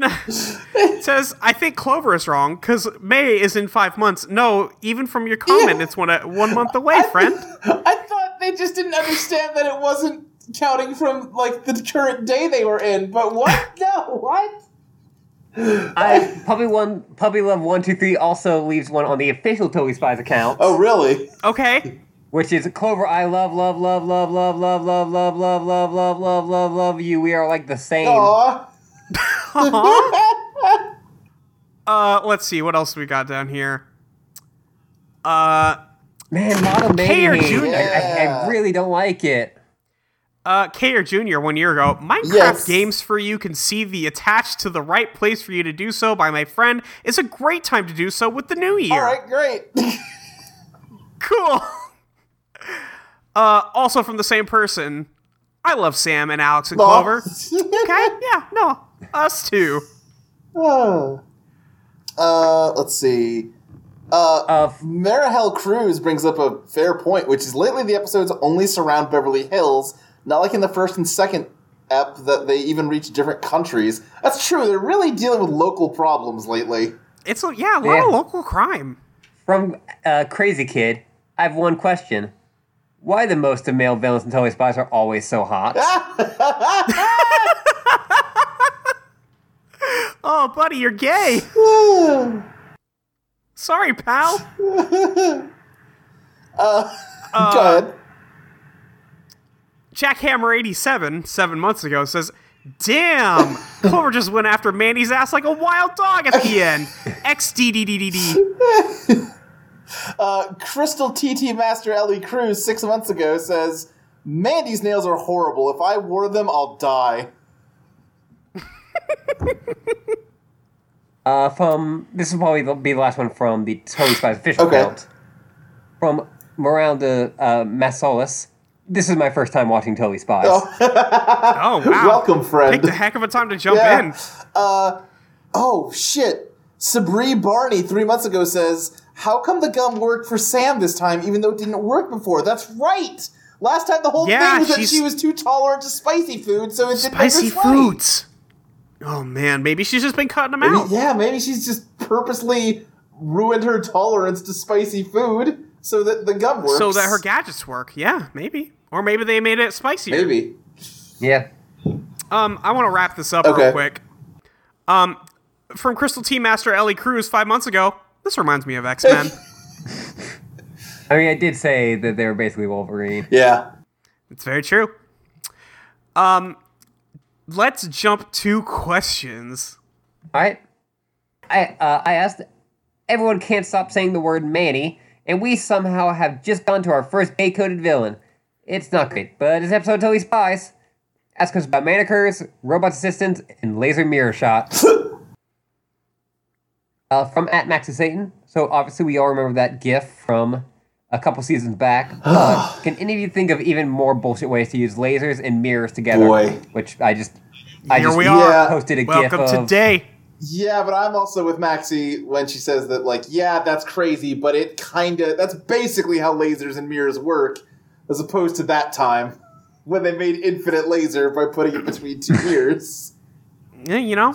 It says, I think Clover is wrong because May is in five months. No, even from your comment, Yeah. it's one, uh, one month away, friend. I thought they just didn't understand that it wasn't counting from like the current day they were in. But what? no, what? I puppy one puppy love one two three also leaves one on the official Toby Spies account, Oh, really? Okay. which is Clover. I love love love love love love love love love love love love love love you. We are like the same. Aw. Aw. Uh, let's see what else we got down here. Uh, Man, Model Care Mayhem. Junior. I, I, I really don't like it. uh, Kayer Jr. one year ago, Minecraft Yes. Games for You can see the attached to the right place for you to do so by my friend is a great time to do so with the new year. All right, great. Cool. Uh, also from the same person, I love Sam and Alex and Clover. Okay, yeah, no, us too. Oh. Uh, let's see. Uh, Uh, f- Marihel Cruz brings up a fair point, which is lately the episodes only surround Beverly Hills, not like in the first and second ep that they even reach different countries. That's true. They're really dealing with local problems lately. It's a, yeah, a lot Yeah. of local crime. from uh, Crazy Kid, I have one question. Why the most of male villains in Toby Spies are always so hot? Oh, buddy, you're gay. Sorry, pal. Good. Jackhammer87, seven months ago, says, Damn, Clover just went after Mandy's ass like a wild dog at the end. XDDDDD. Uh, Crystal TT Master Ellie Cruz six months ago says, "Mandy's nails are horrible. If I wore them, I'll die." Uh, from this will probably be the last one from the Toby Spies official Okay. account. From Miranda uh, Masolis. This is my first time watching Toby Spies. Oh, wow. Welcome, friend. Picked a heck of a time to jump Yeah. in. Uh, oh shit! Sabri Barney three months ago says, "How come the gum worked for Sam this time, even though it didn't work before?" That's right. Last time the whole Yeah, thing was that she's- she was too tolerant to spicy food, so it didn't make her Spicy sweaty. foods. Oh, man, maybe she's just been cutting them Maybe- out. yeah, maybe she's just purposely ruined her tolerance to spicy food so that the gum works. So that her gadgets work. Yeah, maybe. Or maybe they made it spicier. maybe. Yeah. Um, I want to wrap this up real Okay. quick. Um, from Crystal Team Master Ellie Cruz five months ago. This reminds me of X Men. I mean, I did say that they were basically Wolverine. Yeah. It's very true. Um, let's jump to questions. All right. I uh, I asked. Everyone can't stop saying the word Manny, and we somehow have just gone to our first gay-coded villain. It's not great, but it's episode totally spies. Ask us about manicures, robot assistants, and laser mirror shots. uh, from at Max to Satan. So obviously we all remember that GIF from a couple seasons back. Uh, can any of you think of even more bullshit ways to use lasers and mirrors together? Boy. Which I just I Here just we are. Yeah. posted a Welcome GIF to of. day. Yeah, but I'm also with Maxie when she says that, like, yeah, that's crazy, but it kind of, that's basically how lasers and mirrors work, as opposed to that time when they made infinite laser by putting it between two mirrors. Yeah, eh, you know,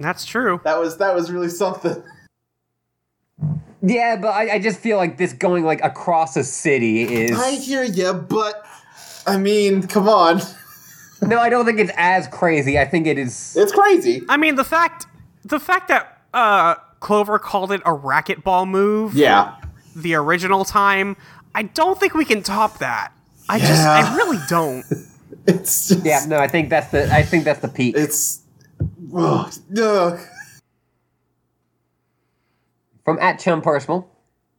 that's true. That was, that was really something. Yeah, but I, I just feel like this going like across a city is I hear ya, but, I mean, come on. no. I don't think it's as crazy. I think it is. It's crazy. I mean, the fact the fact that uh, Clover called it a racquetball move Yeah. the original time, I don't think we can top that. I just, I Yeah. really don't. It's just, Yeah, no. I think that's the. I think that's the peak. it's, ugh, ugh. From at Chum Personal.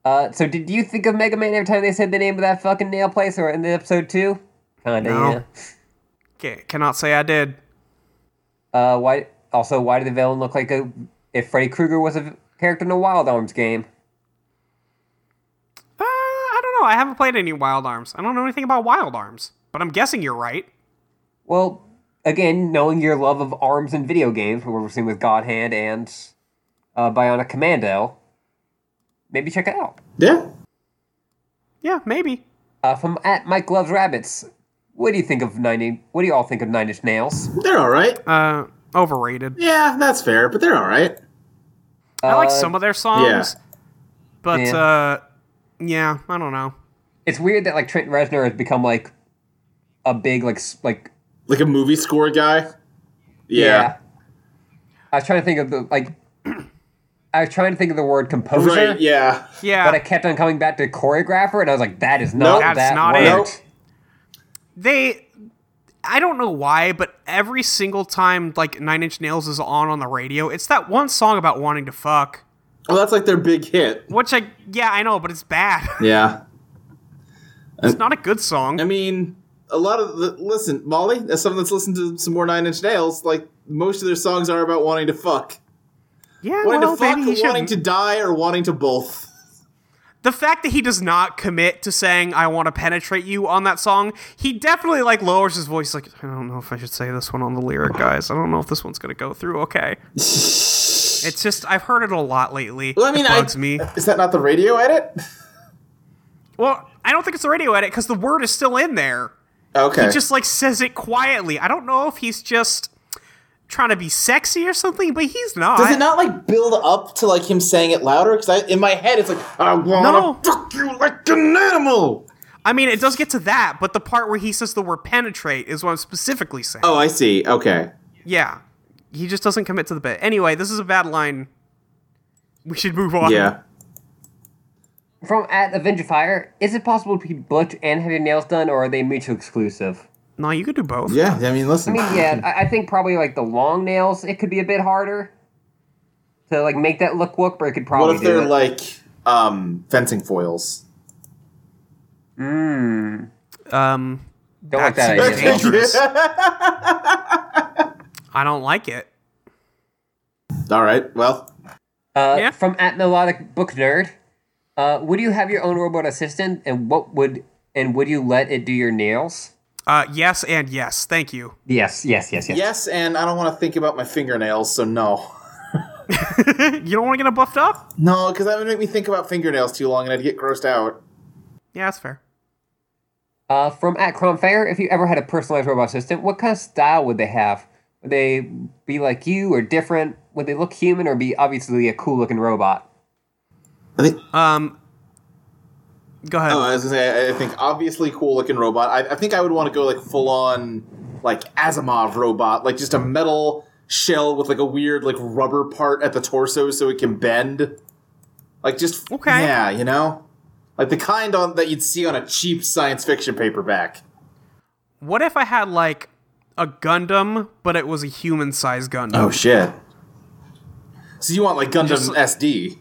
Uh, so did you think of Mega Man every time they said the name of that fucking nail place or in the episode two? Kinda. No. Ca cannot say I did. Yeah. Uh, why? Also, why did the villain look like a? If Freddy Krueger was a v- character in a Wild Arms game. Uh, I don't know. I haven't played any Wild Arms. I don't know anything about Wild Arms, but I'm guessing you're right. Well, again, knowing your love of arms and video games, what we're seeing with God Hand and uh, Bionic Commando, maybe check it out. Yeah. Yeah, maybe. Uh, from at Mike Loves Rabbits, what do you think of 90? What do you all think of Nine Inch Nails? They're alright. Uh, Overrated. Yeah, that's fair, but they're all right. I like Uh, some of their songs, but Yeah. uh, yeah, I don't know. It's weird that like Trent Reznor has become like a big like s- like Like a movie score guy. Yeah. I was trying to think of the like. I was trying to think of the word composer, Right. Yeah. Yeah, but I kept on coming back to choreographer, and I was like, "That is not Nope. that That's not word. it. Nope. they i don't know why but every single time like nine inch nails is on on the radio it's that one song about wanting to fuck Well, that's like their big hit. which i yeah i know but it's bad Yeah. it's not a good song I mean, a lot of the listen, Molly, as someone that's listened to some more Nine Inch Nails, like most of their songs are about wanting to fuck, yeah wanting well, to fuck, maybe he or wanting shouldn't. to die, or wanting to both. the fact that he does not commit to saying i want to penetrate you on that song he definitely like lowers his voice like i don't know if i should say this one on the lyric guys i don't know if this one's gonna go through okay it's just i've heard it a lot lately Well, I mean, it I- bugs me Is that not the radio edit? well i don't think it's a radio edit because the word is still in there Okay. He just like says it quietly. I don't know if he's just trying to be sexy or something, but he's not. Does it not like build up to like him saying it louder? Because in my head, it's like I wanna No. fuck you like an animal. I mean, it does get to that, but the part where he says the word penetrate is what I'm specifically saying. Oh, I see. Okay. Yeah. He just doesn't commit to the bit. Anyway, this is a bad line. We should move on. Yeah. From at Avenge of Fire, is it possible to be butch and have your nails done, or are they mutually exclusive? No, you could do both. Yeah. I mean, I listen. mean, yeah, I, I think probably like the long nails, it could be a bit harder to like make that look work, but it could probably what if do they're it. like um, fencing foils? Um, Hmm. Don't like that's that idea. dangerous. I don't like it. All right. Well, Uh, Yeah. From at Melodic Book Nerd, uh, would you have your own robot assistant, and what would and would you let it do your nails? Uh, yes and yes. Thank you. Yes, yes, yes, yes. yes, and I don't want to think about my fingernails, so no. you don't want to get him buffed up? No, because that would make me think about fingernails too long, and I'd get grossed out. Yeah, that's fair. Uh, from at Cromfair, if you ever had a personalized robot assistant, what kind of style would they have? Would they be like you or different? Would they look human or be obviously a cool looking robot? I think. Um, go ahead. Oh, I was gonna say. I- I think obviously cool looking robot. I, I think I would want to go like full on like Asimov robot, like just a metal shell with like a weird like rubber part at the torso so it can bend. Like just Okay. yeah, you know, like the kind on that you'd see on a cheap science fiction paperback. What if I had like a Gundam, but it was a human-sized Gundam? Oh, shit! So you want like Gundam Just- SD?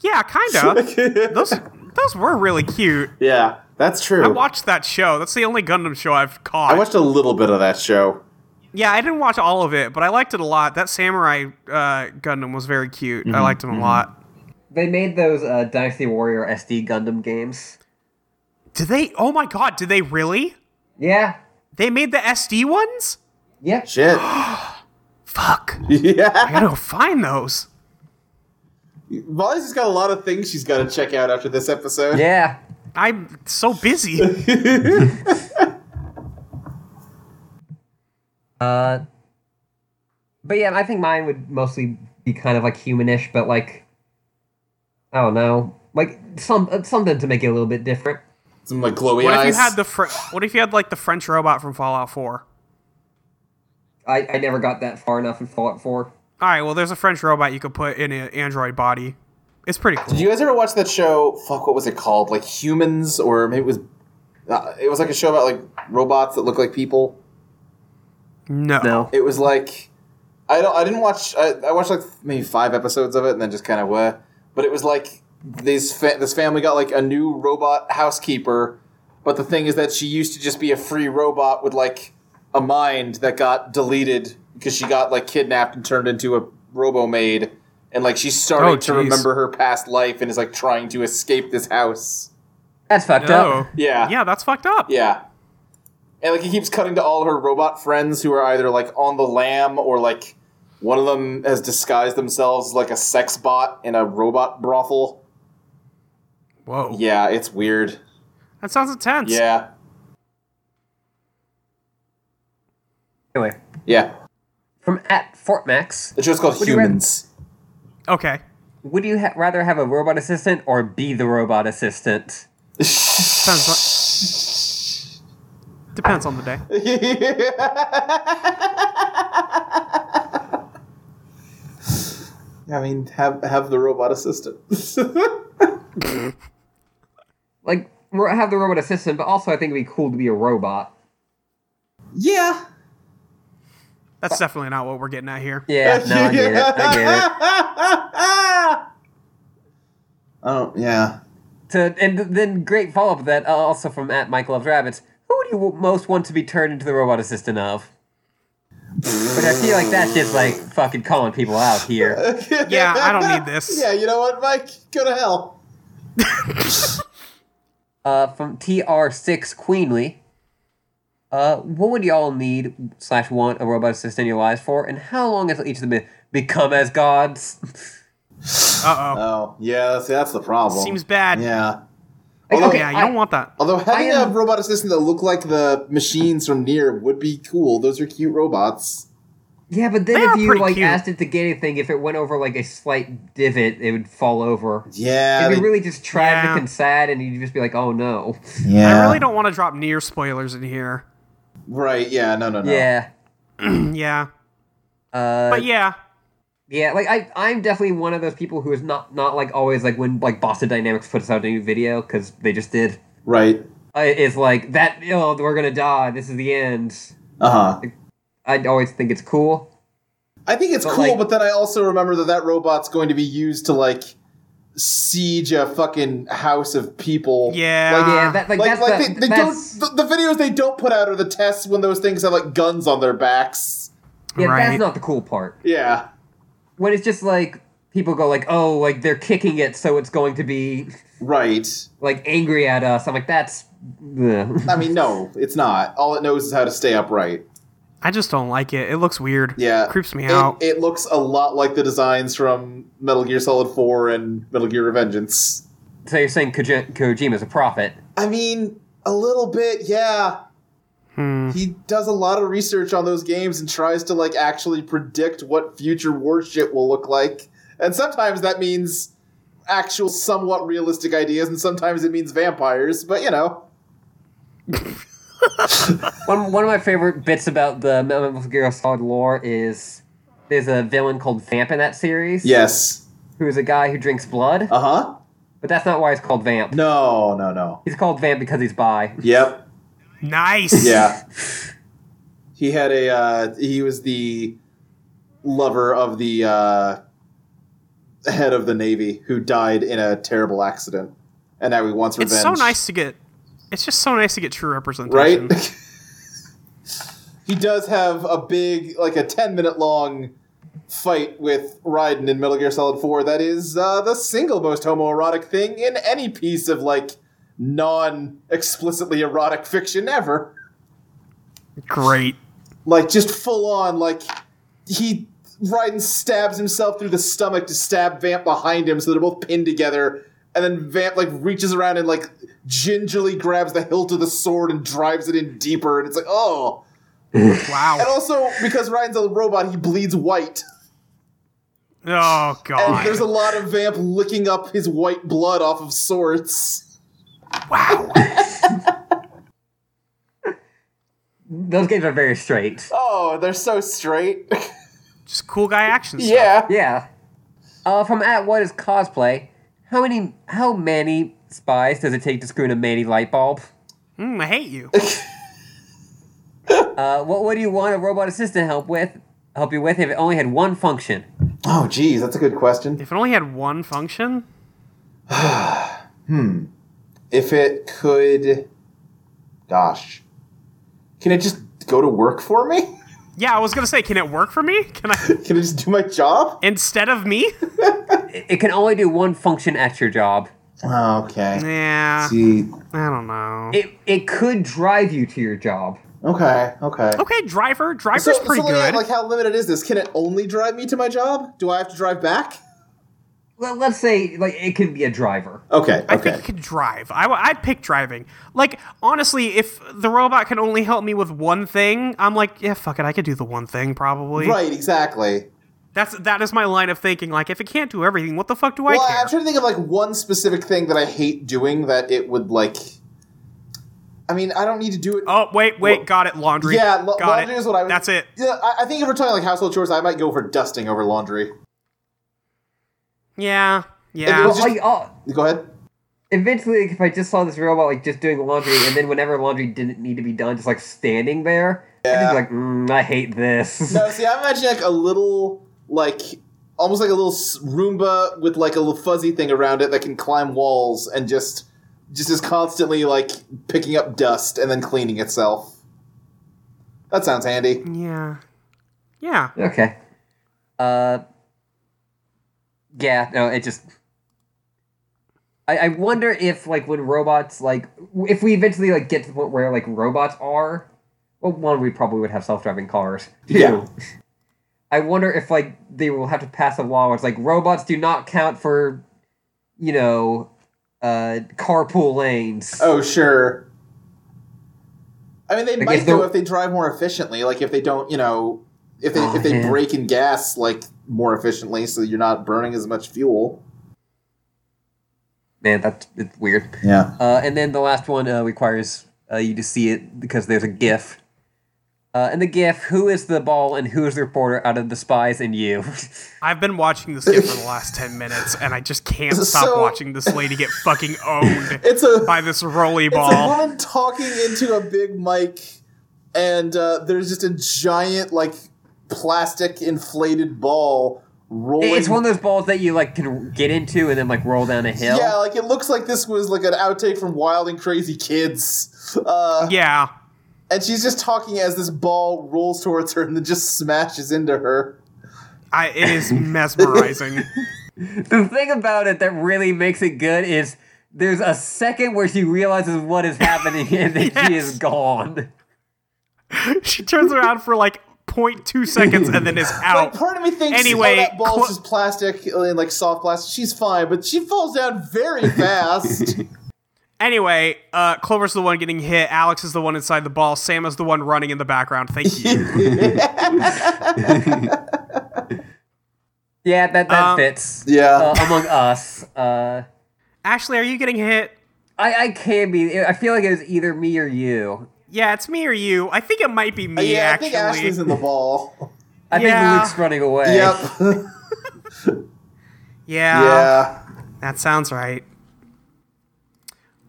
Yeah, kinda. those those were really cute. Yeah, that's true. I watched that show. That's the only Gundam show I've caught. I watched a little bit of that show. yeah, I didn't watch all of it, but I liked it a lot. That samurai uh, Gundam was very cute. Mm-hmm. I liked him a lot. They made those uh, Dynasty Warrior SD Gundam games. Did they? Oh my god! Did they really? Yeah, They made the SD ones? yeah. Shit. Fuck! yeah. I gotta go find those. Molly's just got a lot of things she's got to check out after this episode. Yeah. I'm so busy. Uh, but yeah, I think mine would mostly be kind of like humanish, but like, I don't know, like some uh, something to make it a little bit different. Some like glowy what if you eyes. had the Fr- What if you had like the French robot from Fallout Four? I, I never got that far enough in Fallout Four. All right, well, there's a French robot you could put in an android body. It's pretty cool. Did you guys ever watch that show? Fuck, what was it called? Like Humans, or maybe it was. Uh, it was like a show about like robots that look like people. no. It was like I don't. I didn't watch. I, I watched like maybe five episodes of it, and then just kind of were. But it was like these fa- this family got like a new robot housekeeper. But the thing is that she used to just be a free robot with like a mind that got deleted because she got like kidnapped and turned into a robo maid, and like she's starting Oh, to jeez. remember her past life and is like trying to escape this house. That's fucked No. up. Yeah. Yeah, that's fucked up. Yeah. And like he keeps cutting to all her robot friends who are either like on the lam or like one of them has disguised themselves as, like a sex bot in a robot brothel. Whoa. Yeah, it's weird. That sounds intense. Yeah. Anyway, Yeah. from at Fort Max. The show's called Would you rather- Humans. Okay. Would you ha- rather have a robot assistant or be the robot assistant? Sounds like. Depends on the day. I mean, have have the robot assistant. Like, ro- have the robot assistant, but also I think it'd be cool to be a robot. yeah. That's definitely not what we're getting at here. Yeah, no, I get it. I get it. Oh yeah. To, and th- then great follow up to that uh, also from at Mike Loves Rabbits. Who would you w- most want to be turned into the robot assistant of? Which I feel like that's just like fucking calling people out here. Yeah, I don't need this. Yeah, you know what, Mike? Go to hell. Uh, from TR6 Queenly. Uh, what would y'all need slash want a robot assistant in your lives for, and how long until each of them be- become as gods? Uh oh. Oh yeah, that's, that's the problem. Seems bad. Yeah. Like, Although, Yeah, you don't I- want that. although having I am- a robot assistant that look like the machines from Near would be cool. Those are cute robots. Yeah, but then They are if you pretty like cute. asked it to get anything, if it went over like a slight divot, it would fall over. Yeah. It'd they- be really just tragic Yeah. and sad, and you'd just be like, "Oh no." I yeah. really don't want to drop near spoilers in here. Right. Yeah. No. No. No. Yeah. Mm. yeah. Uh, But yeah. yeah, like I, I'm definitely one of those people who is not not like always like when like Boston Dynamics puts out a new video because they just did. Right. I, it's like that. Oh, we're gonna die. This is the end. Uh huh. I always think it's cool. I think it's But, cool, like- but then I also remember that that robot's going to be used to like siege a fucking house of people. Yeah. Like, yeah, that, like, like, that's like the, they, they don't. that's, The, the videos they don't put out are the tests when those things have like guns on their backs. yeah, Right. that's not the cool part. Yeah. When it's just like people go like, "Oh, like they're kicking it, so it's going to be Right. like angry at us." I'm like, that's. ugh. I mean, no, it's not. All it knows is how to stay upright. I just don't like it. It looks weird. Yeah. Creeps me It- out. It looks a lot like the designs from Metal Gear Solid 4 and Metal Gear Revengeance. So you're saying Koji- Kojima's a prophet? I mean, a little bit, yeah. Hmm. He does a lot of research on those games and tries to like actually predict what future war shit will look like. And sometimes that means actual somewhat realistic ideas and sometimes it means vampires, but you know. One, one of my favorite bits about the Metal Gear Solid lore is there's a villain called Vamp in that series. Yes. Who is a guy who drinks blood, Uh-huh. but that's not why it's called Vamp. No, no, no. He's called Vamp because he's bi. Yep. Nice. Yeah. He had a uh, he was the lover of the uh, head of the navy who died in a terrible accident, and now he wants revenge. It's so nice to get. It's just so nice to get true representation. right? he does have a big, like a ten minute long fight with Raiden in Metal Gear Solid Four. That is uh, the single most homoerotic thing in any piece of like non explicitly erotic fiction ever. Great. like just full on like he Raiden stabs himself through the stomach to stab Vamp behind him so they're both pinned together and then Vamp like reaches around and like gingerly grabs the hilt of the sword and drives it in deeper and it's like oh and Wow. also because Ryan's a robot he bleeds white Oh and god. there's a lot of Vamp licking up his white blood off of swords wow. Those games are very straight. oh they're so straight Just cool guy action. stuff. yeah Yeah. Uh, from at what is cosplay? How many? How many spies does it take to screw in a many light bulb? Mm, I hate you. Uh, what would you want a robot assistant help with? Help you with if it only had one function? oh geez that's a good question If it only had one function, if it could gosh can it just go to work for me yeah, I was gonna say, can it work for me? Can I can it just do my job instead of me? It it can only do one function at your job. okay Yeah, see I don't know. It it could drive you to your job. okay okay Okay, driver, driver's so, pretty so like, good. like how limited is this can it only drive me to my job do i have to drive back well, let's say like it can be a driver. Okay, I think okay. it could drive. I, would pick driving. Like, honestly, if the robot can only help me with one thing, I'm like, yeah, fuck it. I could do the one thing, probably. Right, exactly. That's, that is my line of thinking. Like, if it can't do everything, what the fuck do I well, care? I'm trying to think of like one specific thing that I hate doing that it would like. I mean, I don't need to do it. oh, wait, wait. Well, got it. Laundry. yeah, la- got laundry it. is what I would. That's it. Yeah, I, I think if we're talking like household chores, I might go for dusting over laundry. Yeah. Yeah. It Well, was just- like, oh, Go ahead. eventually, like, if I just saw this robot like just doing laundry, and then whenever laundry didn't need to be done, just like standing there, I'd just Yeah. be like, mm, I hate this. No, see, I imagine like a little, like almost like a little s- Roomba with like a little fuzzy thing around it that can climb walls and just, just is constantly like picking up dust and then cleaning itself. That sounds handy. yeah. Yeah. Okay. Uh. Yeah. No. It just. I, I wonder if like when robots like w- if we eventually like get to the point where like robots are, well, one we probably would have self driving cars. Two, Yeah. I wonder if like they will have to pass a law where it's like robots do not count for, you know, uh, carpool lanes. Oh sure. I mean, they Like, might if the- though if they drive more efficiently. Like if they don't, you know, if they Oh, if they man. brake and gas like more efficiently, so you're not burning as much fuel. Man, that's it's weird. Yeah. Uh, and then the last one uh, requires uh, you to see it because there's a GIF. Uh, and the GIF, who is the ball and who is the reporter out of the spies and you? I've been watching this game for the last 10 minutes, and I just can't stop So- watching this lady get fucking owned It's a by this roly It's a ball. woman talking into a big mic, and uh, there's just a giant, like, plastic inflated ball rolling. it's one of those balls that you like can get into and then like roll down a hill. yeah, like, it looks like this was, like, an outtake from Wild and Crazy Kids. Uh, Yeah. And she's just talking as this ball rolls towards her and then just smashes into her. I, it is mesmerizing. The thing about it that really makes it good is there's a second where she realizes what is happening and then she is Yes. gone. she turns around for like 0.2 seconds and then is Like, out. part of me thinks, Oh, Anyway, oh, that ball's clo- just plastic and, like, soft plastic. She's fine, but she falls down very fast. Anyway, uh, Clover's the one getting hit. Alex is the one inside the ball. Sam is the one running in the background. Thank you. Yeah, that that Um, fits. yeah. Uh, among us. Uh, Ashley, are you getting hit? I, I can be. I feel like it was either me or you. Yeah, it's me or you. I think it might be me, yeah, I actually. think Ashley's in the ball. I Yeah. think Luke's running away. Yep. yeah, yeah. that sounds right.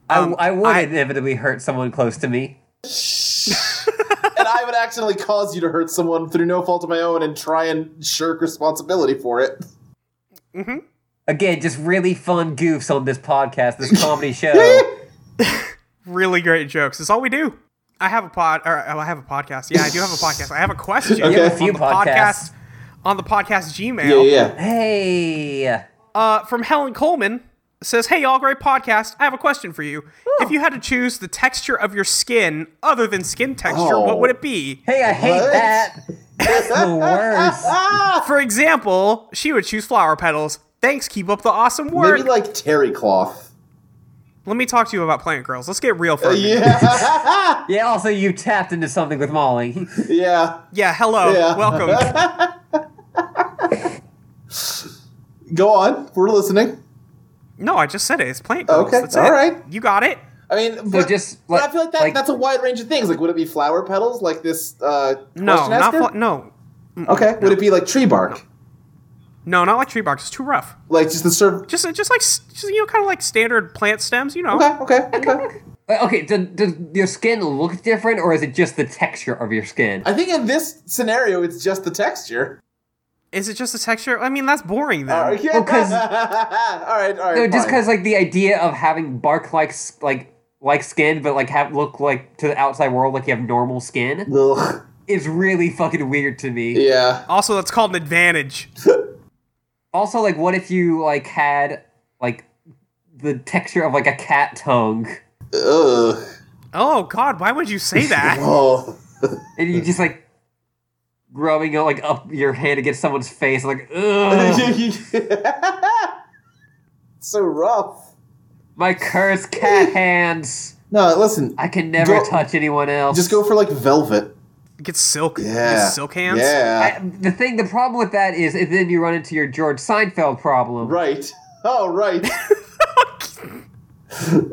I, Um, I would I- inevitably hurt someone close to me. and I would accidentally cause you to hurt someone through no fault of my own and try and shirk responsibility for it. Again, just really fun goofs on this podcast, this comedy show. Really great jokes. That's all we do. I have a pod, or uh, I have a podcast. Yeah, I do have a podcast. I have a question. You have a on few the podcasts. podcast on the podcast Gmail. hey, uh, from Helen Coleman says, "Hey, all great podcast. I have a question for you. If you had to choose the texture of your skin other than skin texture, Oh. what would it be? hey, I hate What? that. That's the worst. Ah! For example, she would choose flower petals. Thanks. Keep up the awesome work. Maybe like terry cloth. Let me talk to you about Planet Girls. Let's get real for Uh, a minute. Yeah. Yeah. Also, you tapped into something with Molly. yeah. Yeah. Hello. Yeah. Welcome. Go on. We're listening. no, I just said it. It's Planet Girls. Okay, That's all it. right. You got it. I mean, but, just, but like- I feel like, that, like- that's a wide range of things. Like, would it be flower petals like this? Uh, No, question not asker? fla- no, Okay. Would it be like tree bark? no, not like tree bark. It's too rough. Like just the serve. Just, just like, s- just, you know, kind of like standard plant stems. You know. Okay. Okay. Okay. Uh, okay, does, does your skin look different, or is it just the texture of your skin? I think in this scenario, it's just the texture. Is it just the texture? I mean, that's boring then. Uh, yeah. Well, 'cause- all right. All right. No, just fine. because like the idea of having bark-like s- like like skin, but like have look like to the outside world like you have normal skin Ugh. is really fucking weird to me. Yeah. Also, that's called an advantage. Also, like, what if you like had like the texture of like a cat tongue, Ugh. Oh God, why would you say that? Oh. and you just like rubbing it like up your hand against someone's face, like, ugh. It's so rough. My cursed cat hands. No, listen. I can never Go- touch anyone else. Just go for like velvet. Get silk. Yeah. Get silk hands. I, Yeah. the thing, the problem with that is, is then you run into your George Seinfeld problem. right. Oh, right.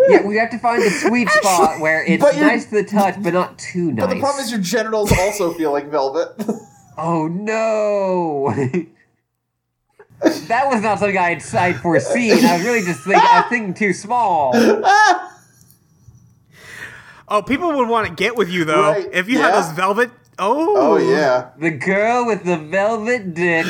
Yeah, we have to find the sweet spot where it's but you're- nice to the touch, but not too nice. But the problem is your genitals also feel like velvet. oh no! that was not something I had I'd foreseen. I was really just thinking, I was thinking too small. Oh, people would want to get with you though Right, if you had yeah. those velvet. Oh. oh yeah. The girl with the velvet dick.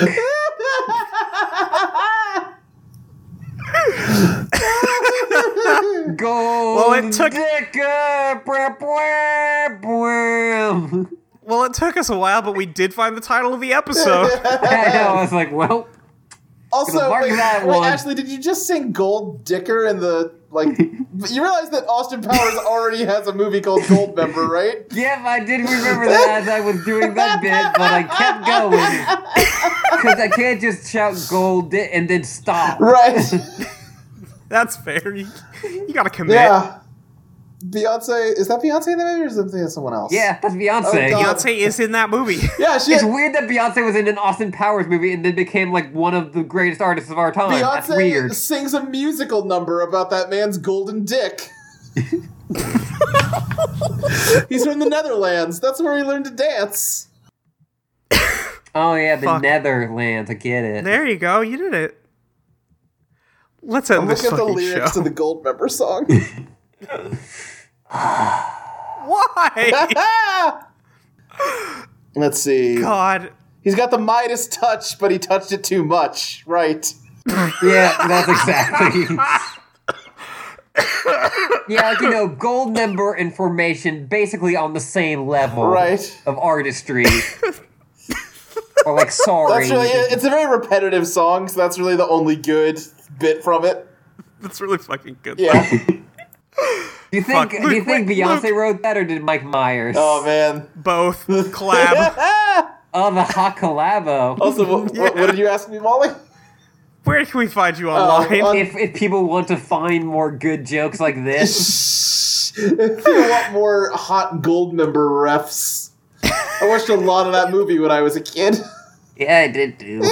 Gold Well, it took- dicker. Brum, brum, brum. Well, it took us a while, but we did find the title of the episode. I know. I was like, well, Also, Mark wait, that wait, one. Ashley, did you just sing Gold Dicker in the like? but you realize that Austin Powers already has a movie called Gold Member, right? yep, I did remember that as I was doing that bit, but I kept going because I can't just shout gold di- and then stop. Right. That's fair. You, you gotta commit. yeah. Beyonce is that Beyonce in the movie or is that someone else? Yeah, that's Oh, Beyonce. God. Beyonce is in that movie. Yeah, she it's had- weird that Beyonce was in an Austin Powers movie and then became like one of the greatest artists of our time. that's Beyonce weird. sings a musical number about that man's golden dick. He's from the Netherlands. That's where he learned to dance. Oh yeah, the Fuck. Netherlands. I get it. There you go. You did it. Let's end I'm this looking at the fucking show. lyrics to the Gold Member song. Why? Let's see. God. He's got the Midas touch, but he touched it too much. Right. Yeah, that's exactly. yeah, like you know, gold member and formation basically on the same level Right. of artistry. or like sorry. That's really it. It's a very repetitive song, so that's really the only good bit from it. That's really fucking good. Yeah. do you think Fuck, do you Luke, think wait, Beyonce Luke. wrote that or did Mike Myers? oh man. Both collab. Oh, the hot collabo. also, what, what, what did you ask me, Molly? Where can we find Uh, you online? Um, on- if if people want to find more good jokes like this, if you want more hot gold member refs, I watched a lot of that movie when I was a kid. yeah, I did do.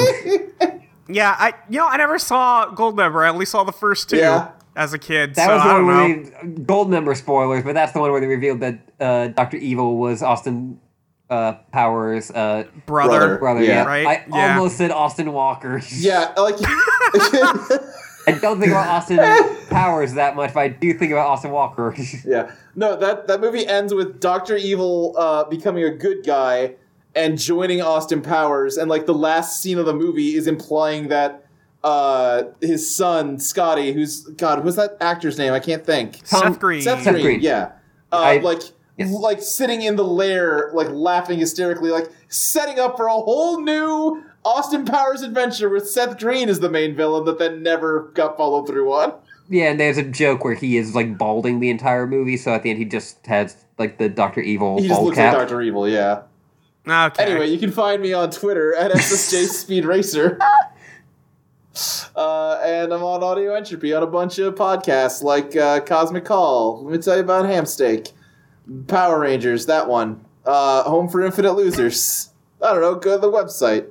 yeah, I you know I never saw Goldmember. I only saw the first two Yeah. as a kid. That so was I the don't one know. where they gold member spoilers, but that's the one where they revealed that uh, Doctor Evil was Austin uh, Powers' uh, Brother. Brother. brother. Yeah. Yeah, Right? I Yeah. almost said Austin Walker. Yeah, like I don't think about Austin Powers that much, but I do think about Austin Walker. yeah. No, that that movie ends with Doctor Evil uh, becoming a good guy and joining Austin Powers, and like the last scene of the movie is implying that uh, his son Scotty, who's God, what's that actor's name? I can't think. Tom- Seth Green. Seth Seth Green, Green. yeah. Uh, I- like yes. like sitting in the lair, like laughing hysterically, like setting up for a whole new Austin Powers adventure with Seth Green as the main villain that then never got followed through on. yeah, and there's a joke where he is like balding the entire movie, so at the end he just has like the Doctor Evil He just bald looks cap. like Doctor Evil, yeah. Okay. Anyway, you can find me on Twitter at SSJ Speed Racer. Uh, and I'm on Audio Entropy on a bunch of podcasts like uh, Cosmic Call. Let me tell you about Hamsteak, Power Rangers, that one. Uh, Home for Infinite Losers. I don't know. Go to the website.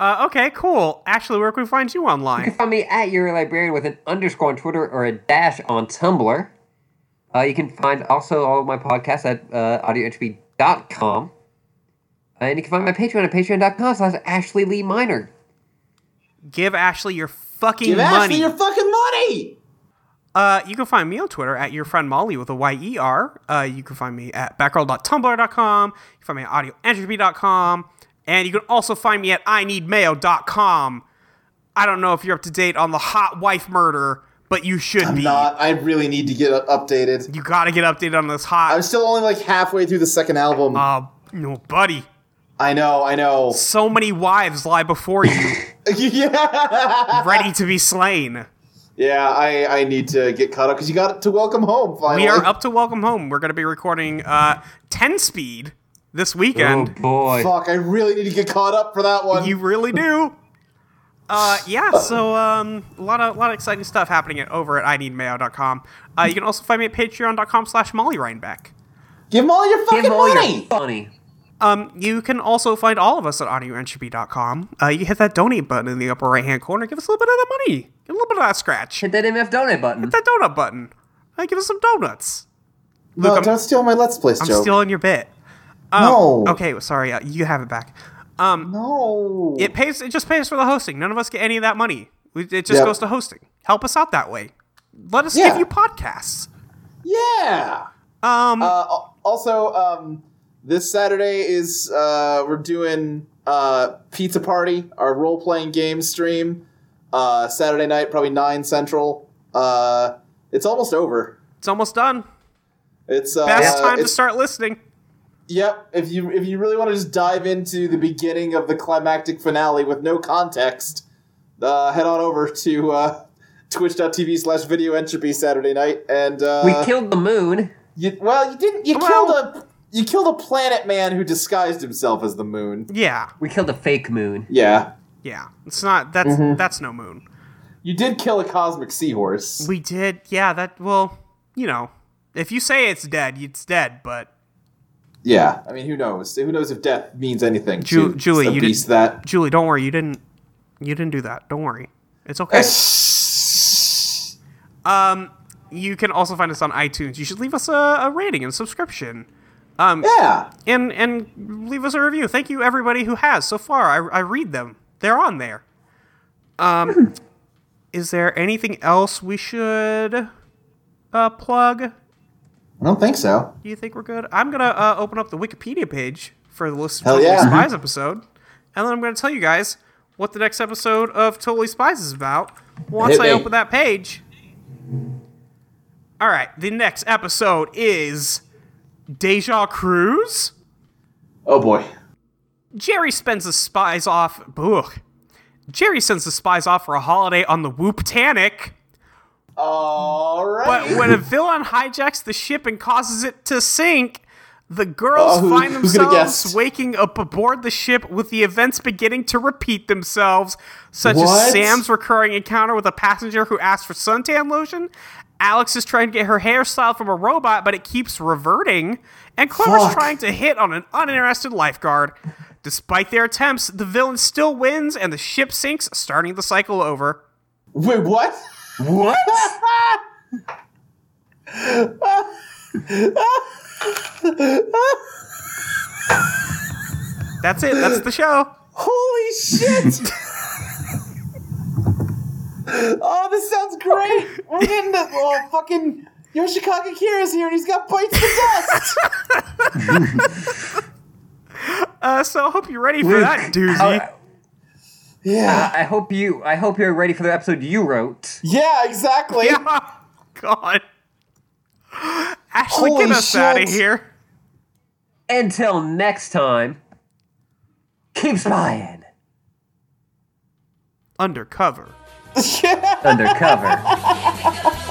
Uh, okay, cool. Ashley, where can we find you You can online? find me at your librarian with an underscore on Twitter or a dash on Tumblr. Uh, you can find also all of my podcasts at uh, audioentropy.com. And you can find my Patreon at patreon.com slash Ashley Lee Minor. Give Ashley your fucking Give money. Ashley your fucking money! Uh, you can find me on Twitter at your friend Molly with a Y E R. Uh, you can find me at backroll.tumblr.com. You can find me at audioentropy.com. And you can also find me at ineedmayo.com. I don't know if you're up to date on the hot wife murder, but you should be. Not. I really need to get u- updated. You gotta get updated on this I'm hot. still only like halfway through the second album. Uh, no, buddy. I know. I know. So many wives lie before you, yeah. ready to be slain. Yeah. I, I need to get caught up because you got to welcome home finally. We are up to Welcome Home. We're gonna be recording uh, 10 speed this Oh weekend. boy. Fuck, I really need to get caught up for that one. You really do. Uh, yeah, so um, a lot of lot of exciting stuff happening at, over at ineedmayo.com. Uh, you can also find me at patreon.com slash Molly Reinbeck. Give Molly your fucking Give all money. your money. Um, you can also find all of us at audioentropy.com. Uh, you hit that donate button in the upper right hand corner. Give us a little bit of that money. Give a little bit of that scratch. Hit Hit that MF donate button. that donut button. Uh, give us some donuts. no, I'm- don't steal my Let's Plays I'm joke. stealing your bit. no. Okay, well, sorry. Uh, you have it back. Um, No. it pays. It just pays for the hosting. None of us get any of that money. We- It just Yep. goes to hosting. Help us out that way. Let us Yeah. give you podcasts. yeah. Um, Uh, al- also, um, this Saturday is uh, we're doing uh, Pizza Party, our role playing game stream. Uh, Saturday night, probably nine central. Uh, it's almost over. it's almost done. It's uh, Best time to it's- start listening. Yep. If you if you really want to just dive into the beginning of the climactic finale with no context, uh, head on over to uh, twitch.tv slash video entropy Saturday night and uh, we killed the moon. You, well, you didn't. You Well- killed a you killed a planet man who disguised himself as the moon. Yeah, We killed a fake moon. Yeah, yeah. It's not. That's Mm-hmm. that's no moon. you did kill a cosmic seahorse. We did. Yeah. That. Well, you know, if you say it's dead, it's dead. But yeah, I mean, who knows? Who knows if death means anything? Ju- to Julie, a you beast Julie, don't worry. You didn't. You didn't do that. Don't worry. It's okay. that. Um, you can also find us on iTunes. You should leave us a, a rating and subscription. Um, Yeah, and and leave us a review. Thank you everybody who has so far. I, I read them. They're on there. Um, is there anything else we should uh, plug? I don't think so. Do you think we're good? I'm gonna uh, open up the Wikipedia page for the list of Hell Totally yeah. Spies episode, and then I'm gonna tell you guys what the next episode of Totally Spies is about. Once Hit I me. open that page. All right, the next episode is Deja Cruz. Oh boy. Jerry spends the spies off. Ugh. Jerry sends the spies off for a holiday on the Whoop Tanic, All but right. when a villain hijacks the ship and causes it to sink, the girls Oh, who- find who coulda themselves guessed? waking up aboard the ship with the events beginning to repeat themselves, such as What? Sam's recurring encounter with a passenger who asks for suntan lotion. Alex is trying to get her hairstyle from a robot, but it keeps reverting, and Clover's Fuck. trying to hit on an uninterested lifeguard. Despite their attempts, the villain still wins, and the ship sinks, starting the cycle over. Wait, what? What? That's it. That's the show. Holy shit! oh, this sounds great. We're getting the oh fucking Yoshikage Kira's here, and he's got bites to dust. Uh, so I hope you're ready for that doozy. I, yeah. I hope you. I hope you're ready for the episode you wrote. Yeah, exactly. Oh, God. Ashley, Holy get us out of shit. here. Until next time, keep spying Undercover. undercover. Here we go.